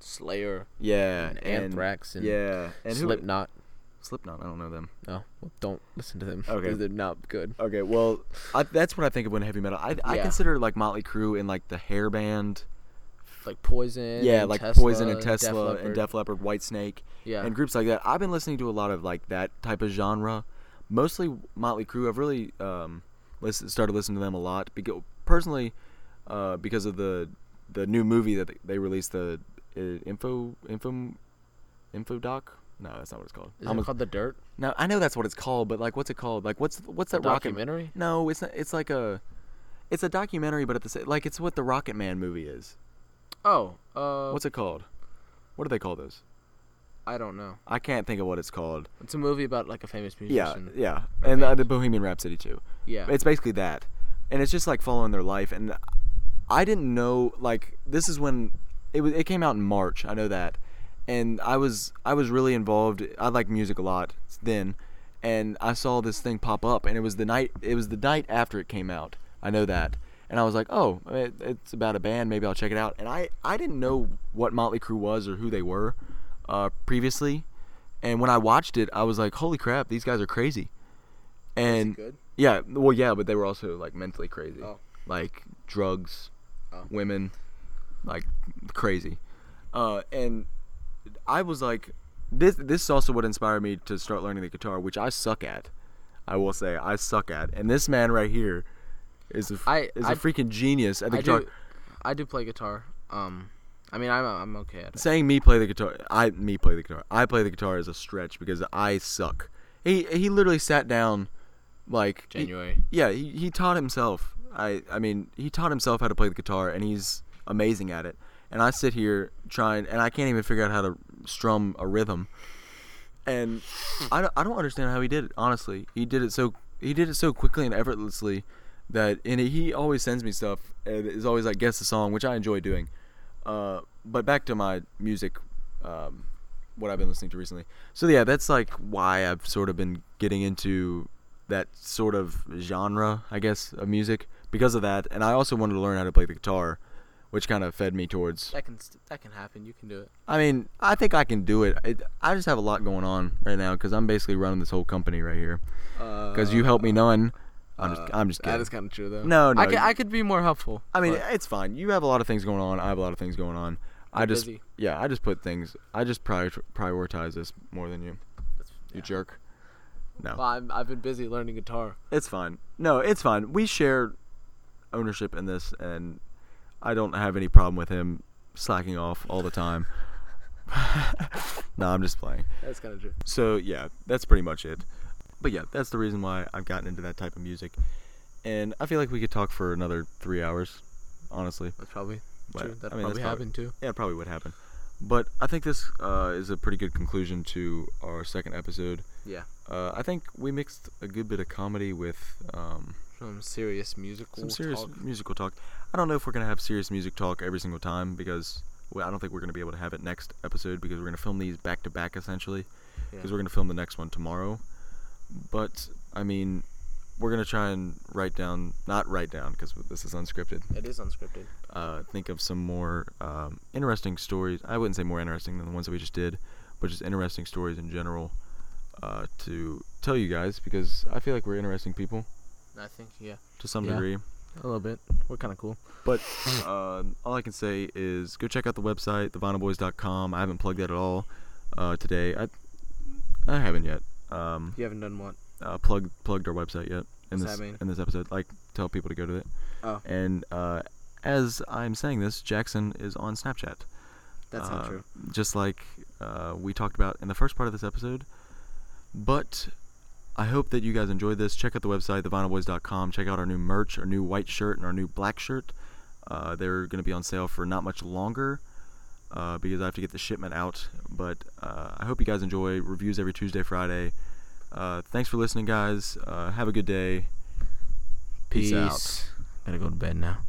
B: Slayer,
C: yeah
B: And Anthrax and
C: yeah and who-
B: Slipknot.
C: Slipknot. I don't know them.
B: No, well, don't listen to them.
C: Okay.
B: they're not good.
C: Okay, well, I, that's what I think of when heavy metal. I, I
B: Yeah.
C: consider like Motley Crue and like the hair band.
B: Like Poison.
C: yeah,
B: and
C: like
B: Tesla
C: Poison and
B: Def
C: Tesla and
B: Leppard.
C: Def Leppard, White Snake,
B: Yeah.
C: and groups like that. I've been listening to a lot of like that type of genre, mostly Motley Crue. I've really um, listen, started listening to them a lot because personally, uh, because of the the new movie that they- they released, the uh, info info info doc. No, that's not what it's called.
B: Is
C: I'm
B: it
C: a-
B: called The Dirt?
C: no, I know that's what it's called, but like, what's it called? Like, what's what's that rocket?
B: documentary?
C: No, it's not, it's like a it's a documentary, but at the same like it's what the Rocket Man movie is.
B: Oh, uh,
C: What's it called? What do they call those?
B: I don't know.
C: I can't think of what it's called.
B: It's a movie about like a famous
C: Yeah,
B: musician.
C: yeah, and uh, the Bohemian Rhapsody too.
B: Yeah.
C: It's basically that, and it's just like following their life. And I didn't know like this is when it was. It came out in March. I know that, and I was I was really involved. I like music a lot then, and I saw this thing pop up, and it was the night. It was the night after it came out. I know that, and I was like, oh, it, it's about a band. Maybe I'll check it out. And I I didn't know what Motley Crue was or who they were, uh, previously, and when I watched it, I was like, holy crap, these guys are crazy. And
B: good?
C: yeah, well, yeah, but they were also like mentally crazy,
B: Oh.
C: like drugs,
B: Oh.
C: women, like crazy. Uh, and I was like, this. This is also what inspired me to start learning the guitar, which I suck at. I will say I suck at. And this man right here is a f-
B: I-
C: is a
B: I-
C: freaking genius at the
B: I
C: guitar.
B: do. I do play guitar. Um, I mean, I'm I'm okay at it.
C: Saying me play the guitar, I me play the guitar. I play the guitar is a stretch because I suck. He he literally sat down, like he-
B: January.
C: yeah he, he taught himself i i mean he taught himself how to play the guitar and he's amazing at it and i sit here trying and i can't even figure out how to strum a rhythm and i don't, I don't understand how he did it honestly he did it so he did it so quickly and effortlessly that and he always sends me stuff and is always like guess the song which i enjoy doing uh, but back to my music um, what i've been listening to recently so yeah that's like why i've sort of been getting into that sort of genre, I guess, of music because of that. And I also wanted to learn how to play the guitar, which kind of fed me towards.
D: That can st- that can happen. You can do it.
C: I mean, I think I can do it. it I just have a lot going on right now because I'm basically running this whole company right here. Because you helped me none. I'm just, I'm just kidding.
D: Uh, That is kind of true though.
C: No, no.
B: I could, I could be more helpful.
C: I mean, it's fine. You have a lot of things going on. I have a lot of things going on. I just,
D: busy.
C: yeah, I just put things. I just prior- prioritize this more than you. You jerk. No.
D: Well, I'm, I've been busy learning guitar.
C: It's fine. No, it's fine. We share ownership in this, and I don't have any problem with him slacking off all the time. no, I'm just playing.
D: That's kind of true.
C: So yeah, that's pretty much it. But yeah, that's the reason why I've gotten into that type of music, and I feel like we could talk for another three hours, honestly.
D: That's probably
C: But,
D: true. That
C: I mean, that's
D: probably happened too.
C: Yeah, it probably would happen. But I think this uh, is a pretty good conclusion to our second episode.
D: Yeah.
C: Uh, I think we mixed a good bit of comedy with um,
D: Some serious musical.
C: some serious
D: talk.
C: musical talk. I don't know if we're gonna have serious music talk every single time because well, I don't think we're gonna be able to have it next episode because we're gonna film these back to back essentially because
D: Yeah.
C: we're gonna film the next one tomorrow. But I mean, we're gonna try and write down, not write down because this is unscripted.
D: It is unscripted.
C: Uh, think of some more um, interesting stories. I wouldn't say more interesting than the ones that we just did, but just interesting stories in general uh, to tell you guys because I feel like we're interesting people
D: I think yeah.
C: to some
D: Yeah.
C: degree.
D: A little bit. We're kind of cool.
C: But um all I can say is go check out the website, thevinylboys.com. I haven't plugged that at all uh, today. I I haven't yet um,
D: You haven't done what?
C: uh, plugged plugged our website yet in
D: What's
C: this
D: that mean?
C: in this episode. Like tell people to go to it.
D: Oh.
C: And uh, as I'm saying this, Jackson is on Snapchat.
D: That's
C: Uh,
D: not true.
C: Just like uh, we talked about in the first part of this episode. But I hope that you guys enjoyed this. Check out the website, thevinylboys.com. Check out our new merch, our new white shirt, and our new black shirt. Uh, they're going to be on sale for not much longer uh, because I have to get the shipment out. But uh, I hope you guys enjoy. Reviews every Tuesday, Friday. Uh, thanks for listening, guys. Uh, have a good day. Peace out.
D: Gotta go to bed now.